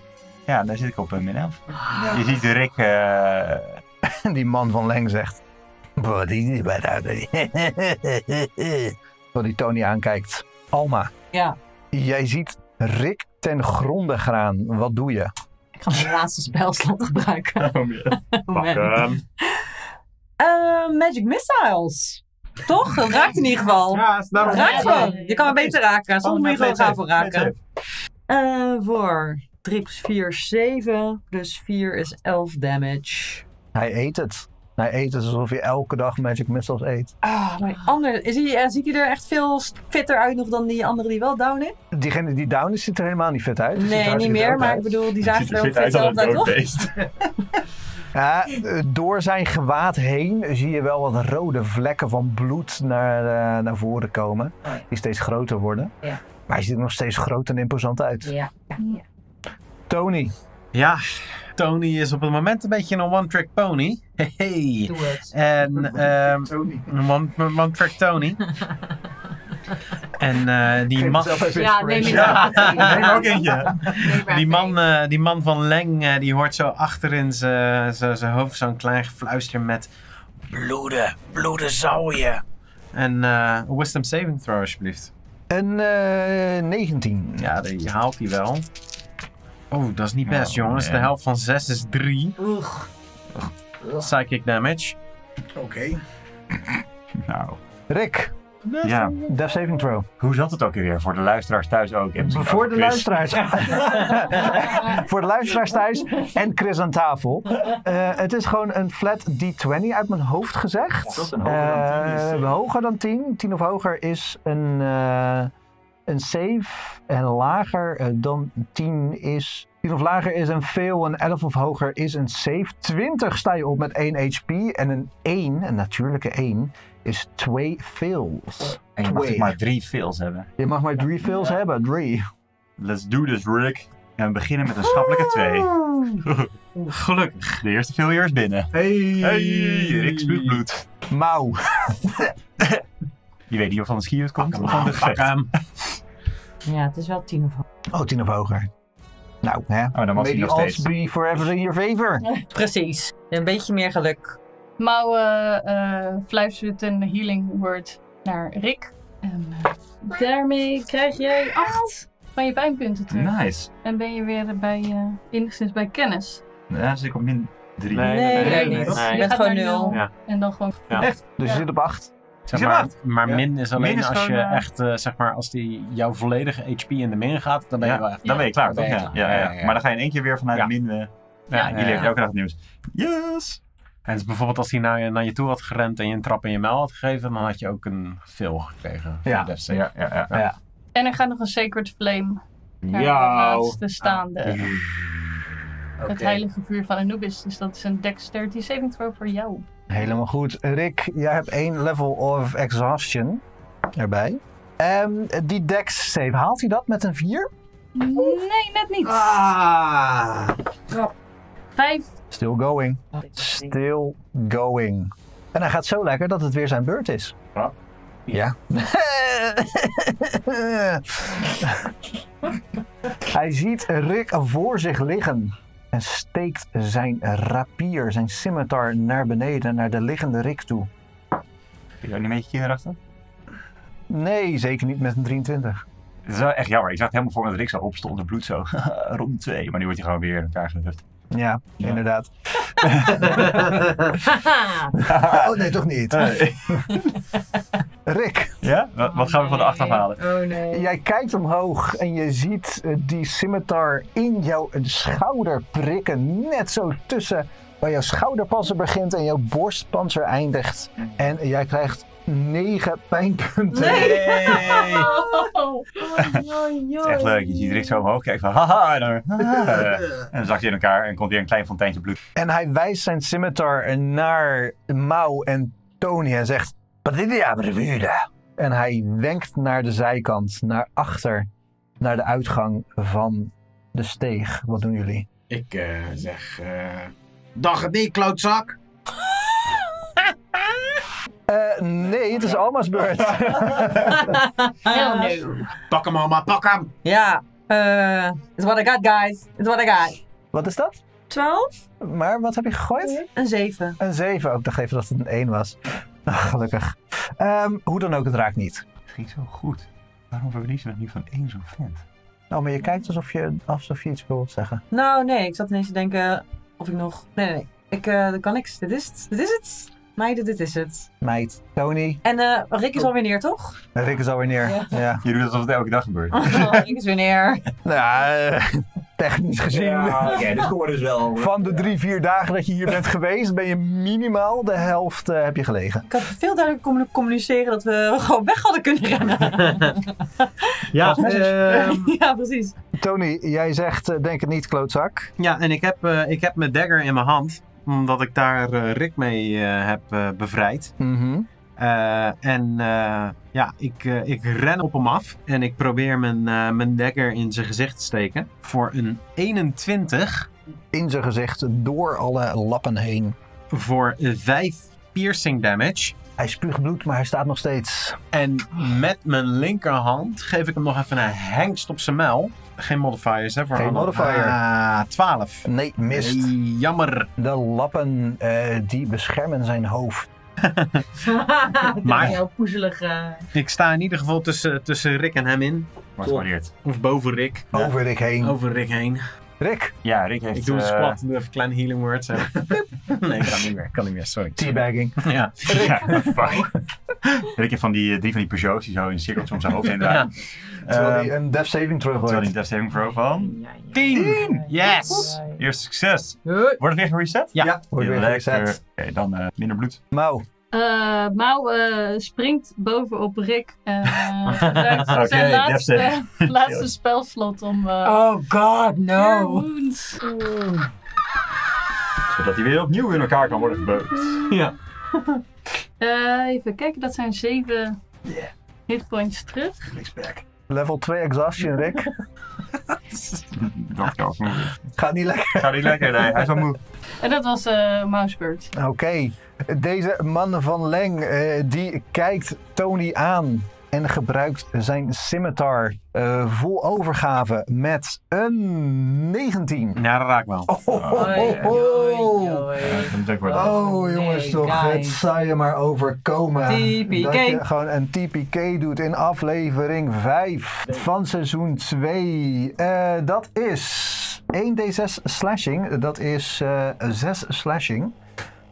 ja, daar zit ik op eh, min 11. Ah. Je ziet Rick. eh, En [LAUGHS] die man van Leng zegt. [LAUGHS] Wat die Tony aankijkt. Alma, Ja. jij ziet Rick ten gronde gaan. Wat doe je? Ik ga mijn laatste spelslot gebruiken. Oh, Oh, Pak hem. Eh, magic missiles. Toch? Dat raakt in ieder geval. Ja, is daarom. Raakt Ja, ja, gewoon. ja, Oh, ja. Je kan maar beter raken. Soms moet je gewoon gaan voor Play raken. Eh, voor 3 plus 4, 7. Plus 4 is 11 damage. Hij eet het. Hij eet het alsof je elke dag Magic Missiles eet. Ah, maar die ander, is hij, eh, ziet hij er echt veel fitter uit nog dan die andere die wel down is? Diegene die down is, ziet er helemaal niet vet uit. Die ziet er nee, niet hartstikke meer. dood Maar uit. ik bedoel, die safe. zagen Ziet er ook zit uit fitter als een uit, uit dood toch? beest. Ja, eh, door zijn gewaad heen zie je wel wat rode vlekken van bloed naar, eh, naar voren komen. Oh ja. Die steeds groter worden. Ja. Maar hij ziet er nog steeds groot en imposant uit. Ja. Tony, Ja, Tony is op het moment een beetje een one-trick pony. Hey. Doe het. En ehm Tony. een one- een one-trick Tony. En eh, die man... Ja, neem het Ja. [LAUGHS] Neem ook eentje. Die man, eh, die man van Leng, eh, die hoort zo achter in zijn zijn- zijn hoofd zo'n klein gefluister met... Bloeden, bloeden zou je. En eh, een wisdom saving throw alsjeblieft. Een eh 19. Ja, die haalt hij wel. Oh, dat is niet best Oh, jongens. man. De helft van 6 is 3. Psychic damage. Oké. Nou, Rick, ja. Death Saving Throw. Hoe zat het ook weer voor de luisteraars thuis ook? En misschien Voor ook de Chris. luisteraars. [LAUGHS] Voor de luisteraars thuis en Chris aan tafel. Eh, het is gewoon een flat D20 uit mijn hoofd gezegd. dat is een hoger dan 10 is, Eh, eh. hoger dan 10. 10 of hoger is een, eh, een save. En lager eh, dan 10 is... 10 of lager is een fail. En 11 of hoger is een save. 20 sta je op met 1 HP. En een 1, een natuurlijke 1, is 2 fails. En je mag toch maar drie fails hebben. Je mag maar drie fails hebben, drie. Let's do this, Rick. En we beginnen met een schappelijke twee. Gelukkig. De eerste failure is binnen. Hey. Hey, Rick spuugt bloed. Mauw. Je weet niet of van de skiers komt of van de Pak gevecht. hem. Ja, het is wel 10 of Oh, tien of hoger. Nou, hè. Oh, dan was May hij the nog odds steeds. be forever in your favor. Precies. Een beetje meer geluk. Mau eh, eh, fluistert een healing word naar Rick. En eh, daarmee krijg jij 8 van je pijnpunten terug. Nice. En ben je weer bij, eh enigszins bij kennis. Daar zit ik op min drie. Nee, nee, nee, niet. nee. Je Je bent gaat gewoon naar nul. nul. Ja. En dan gewoon Dus je Ja. zit op acht. Zeg Is maar, dat? maar Ja. min is alleen Min is als gewoon, je eh, echt, eh, zeg maar, als die jouw volledige HP in de min gaat, dan ben je Ja, wel echt. dan ben je klaar, Dan toch? ben je Ja, klaar. ja, ja, Ja, ja. Maar dan ga je in één keer weer vanuit Ja. min... eh, ja, Ja, je ja, leert ja. elke dag het nieuws. Yes! En dus bijvoorbeeld als hij naar je, naar je toe had gerend en je een trap in je muil had gegeven, dan had je ook een veel gekregen. voor Ja. de death save. Ja, ja, ja. Ja. En er gaat nog een Sacred Flame naar de Ja. laatste staande. Het Oké. heilige vuur van Anubis. Dus dat is een Dexterity saving throw voor jou. Helemaal goed. Rick, jij hebt één level of exhaustion erbij. Ehm, die dex save, haalt hij dat met een 4? Nee, net niet. Ah. Vijf. Still going. Still going. En hij gaat zo lekker dat het weer zijn beurt is. Wat? [LAUGHS] Ja. hij ziet Rick voor zich liggen en steekt zijn rapier, zijn scimitar naar beneden, naar de liggende Rick toe. Ben je ook niet een beetje kinderachtig? Nee, zeker niet met een 23. Het is wel echt jammer. Ik zag het helemaal voor me dat Rick zo opstond en bloed zo. [LAUGHS] Rond twee. Maar nu wordt hij gewoon weer in elkaar [LAUGHS] gehuft. Ja, [LAUGHS] inderdaad. oh nee, toch niet. Rick, ja? Wat, wat gaan we van de achteraf halen? Oh nee. jij kijkt omhoog en je ziet eh, die scimitar in jouw schouder prikken. Net zo tussen waar jouw schouderpanzer begint en jouw borstpanzer eindigt. En jij krijgt 9 pijnpunten. [LAUGHS] Oh, Het is echt leuk. Je ziet Rick zo omhoog kijken van haha. En dan, haha. [LAUGHS] en dan zakt hij in elkaar en komt weer een klein fonteintje bloed. En hij wijst zijn scimitar naar Mau en Tony en zegt... "Padilla brevuda." En hij wenkt naar de zijkant, naar achter, naar de uitgang van de steeg. Wat doen jullie? Ik eh, zeg. eh dag het niet, klootzak. Eh, nee, het is Alma's beurt. hell no. Pak hem, oma, pak hem. Ja, eh, it's what I got, guys. It's what I got. wat is dat? 12? Maar wat heb je gegooid? Een 7. Een 7. Ook dacht even dat het een 1 was. [LAUGHS] Ah, gelukkig. Ehm, hoe dan ook, het raakt niet. Het ging zo goed. Waarom verliezen we nu van één zo'n vent? Nou, maar je kijkt alsof je, alsof je iets wilt zeggen. Nou, nee, ik zat ineens te denken of ik nog. Nee, nee, nee. Ik eh, dat kan niks. Dit is het. Dit is het. Meiden, dit is het. Meid, Tony, En eh, Rick Oh. is alweer neer, [LAUGHS] toch? Rick is alweer neer. Ja. ja. Je doet alsof het elke dag gebeurt. Oh, Rick is weer neer. Nou, ja, eh, [LAUGHS] technisch gezien. oké, de score is wel. Van de drie, vier dagen dat je hier bent geweest, ben je minimaal de helft eh, heb je gelegen. Ik had veel duidelijker kunnen communiceren dat we [LAUGHS] gewoon weg hadden kunnen rennen. Ja, ehm, [LAUGHS] ja, precies. Tony, jij zegt, eh, denk het niet, klootzak. Ja, en ik heb, eh, ik heb mijn dagger in mijn hand, omdat ik daar eh, Rick mee eh, heb eh, bevrijd. Eh, en eh, ja, ik, eh, ik ren op hem af en ik probeer mijn, eh, mijn dagger in zijn gezicht te steken. Voor een 21, In zijn gezicht, door alle lappen heen. voor 5 piercing damage. Hij spuugt bloed, maar hij staat nog steeds. En met mijn linkerhand geef ik hem nog even een hengst op zijn muil. Geen modifiers, hè? Voor Geen Anna. modifier. Ah, 12. Nee, mist. Nee, Jammer. De lappen eh, die beschermen zijn hoofd. Maar- Heel poezelig. eh. Ik sta in ieder geval tussen, tussen Rick en hem in. Wordt gewaardeerd. Of boven Rick. Over Rick heen. Over Rick heen. Rick, Ja, Rick heeft... Ik doe een eh, squat en doe even kleine healing words. hè. nee, ik kan niet meer. Kan niet meer, sorry. teabagging. Ja. [LAUGHS] Ja, what the fuck. Rick heeft van die, eh, drie van die Peugeots die zo in cirkels om zijn hoofd heen draaien. Terwijl Ehm, hij een Eh, death saving throw Terwijl gooit. die Death Saving Pro van. Tien! Yes! Eerste succes. Huh? Wordt het weer gereset? Ja. Wordt weer Lekker. gezet. Oké, dan eh, minder bloed. Mau, Eh Mau eh, springt bovenop Rick. En eh, gebruikt Oké, zijn laatste, Dexter. [LAUGHS] laatste spelslot om... eh Oh god, Cure no. Wounds. Zodat hij weer opnieuw in elkaar kan worden gebeukt. Ja. Eh, even kijken, dat zijn zeven hitpoints terug. level 2 exhaustion, Rick. Dat kan ook moeilijk. Gaat niet lekker. [LAUGHS] Gaat niet lekker, nee. Hij is wel moe. En dat was eh Mau's beurt. Oké, deze man van Leng, eh, die kijkt Tony aan en gebruikt zijn scimitar eh, vol overgave met een 19. Ja, dat raakt wel. Oh, oh, oh, oh. Ja, dat moet ook worden. Oh Nee, jongens, toch, guys. het zou je maar overkomen. TPK. Dat je gewoon een TPK doet in aflevering 5 van seizoen 2. Eh, dat is 1d6 slashing, dat is eh 6 slashing.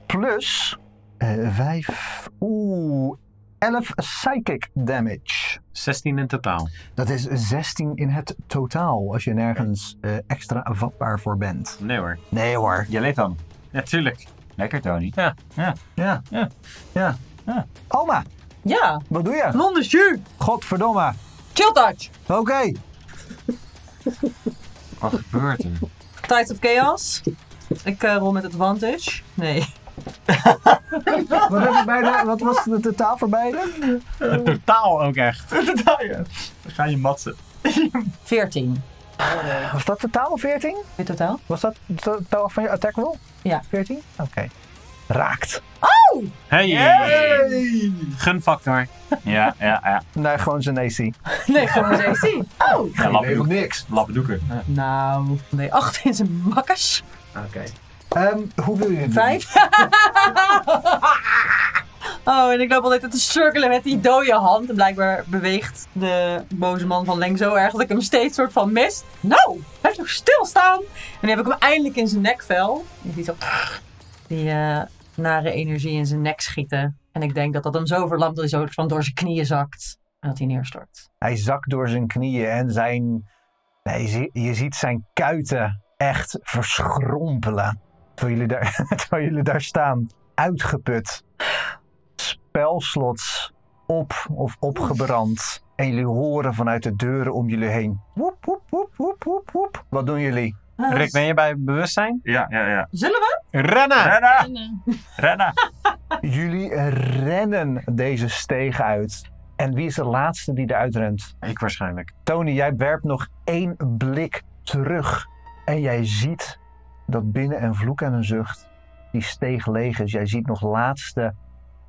Plus eh 5, oeh, 11 psychic damage. 16 in totaal. Dat is 16 in het totaal, als je nergens eh, extra vatbaar voor bent. Nee hoor. Nee hoor. Je leeft dan. Natuurlijk. Lekker, Tony. Ja. Ja. Ja. Ja. Ja. Ja. Oma, Ja, wat doe je? blonde jus. Godverdomme. Chill touch. Oké. Wat gebeurt er? Tides of Chaos. Ik eh, rol met advantage. Nee. Wat, heb ik bij de- wat was het totaal voor beide? Het totaal ook echt. We gaan je matsen. 14. Was dat totaal 14? In totaal? [LAUGHS] Was dat het totaal van je attack roll? Ja. 14? Oké. Raakt. Hey. Gunfactor. Ja, ja, ja. Nee, gewoon zijn AC. Nee, gewoon eens even zien. Oh! ja Helemaal lappendoeken. niks. Lappendoeken. Nou, nee, 8 in zijn makkers. Oké. Ehm, hoe wil je het doen? 5. oh, en ik loop altijd te cirkelen met die dode hand. En blijkbaar beweegt de boze man van Leng zo erg dat ik hem steeds soort van mis. Nou, blijf toch stilstaan. En nu heb ik hem eindelijk in zijn nekvel. En Die zo... Die eh, nare energie in zijn nek schieten. En ik denk dat dat hem zo verlamt dat hij zo van door zijn knieën zakt. En dat hij neerstort. Hij zakt door zijn knieën en zijn. Nee, je, zie- je ziet zijn kuiten echt verschrompelen. Terwijl jullie daar, [LAUGHS] terwijl jullie daar staan, uitgeput. Spelslots op of opgebrand. En jullie horen vanuit de deuren om jullie heen. Woep, woep, woep, woep, woep, woep. Wat doen jullie? Ah, Rick, ben je bij bewustzijn? Ja, ja, ja. Zullen we? Rennen! Renna! En, eh, Renna! Jullie rennen deze steeg uit. En wie is de laatste die eruit rent? Ik waarschijnlijk. Tony, jij werpt nog één blik terug. En jij ziet dat binnen een vloek en een zucht die steeg leeg is. Jij ziet nog laatste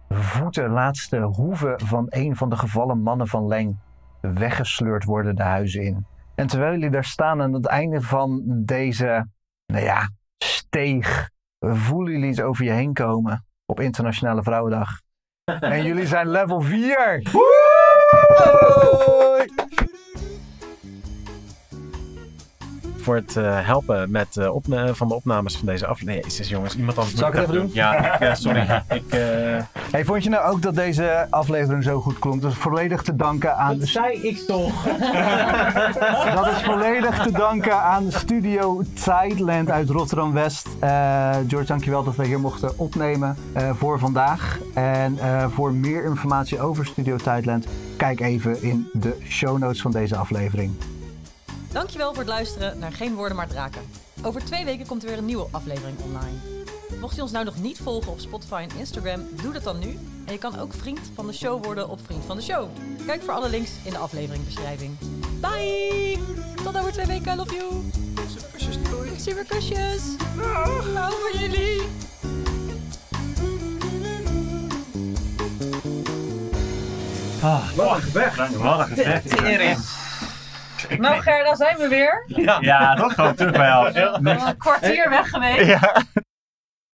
voeten, laatste hoeven van een van de gevallen mannen van Leng weggesleurd worden de huizen in. En terwijl jullie daar staan aan het einde van deze, nou ja, steeg, voelen jullie iets over je heen komen op Internationale Vrouwendag. En jullie zijn level 4! Voor het eh, helpen met, eh, opna- van de opnames van deze aflevering. Nee, jezus, jongens, iemand anders Zal moet ik het even Ja, ik, eh, sorry. ik, eh, Hey, vond je nou ook dat deze aflevering zo goed klonk? Dat is volledig te danken aan... Dat zei ik toch. [LAUGHS] Dat is volledig te danken aan Studio Tideland uit Rotterdam-West. Eh, George, dankjewel dat we hier mochten opnemen eh, voor vandaag. En eh, voor meer informatie over Studio Tideland... kijk even in de show notes van deze aflevering. Dankjewel voor het luisteren naar Geen Woorden Maar Draken. Over twee weken komt er weer een nieuwe aflevering online. Mocht je ons nou nog niet volgen op Spotify en Instagram, doe dat dan nu. En je kan ook vriend van de show worden op Vriend van de Show. Kijk voor alle links in de afleveringbeschrijving. Bye! Tot over twee weken, I love you! Super kusjes! Ik hou van jullie! wat een gevecht. Wat een gevecht. Nou Gerda, zijn we weer. Ja, Ja, dat gewoon terug bij af. Een kwartier weg geweest.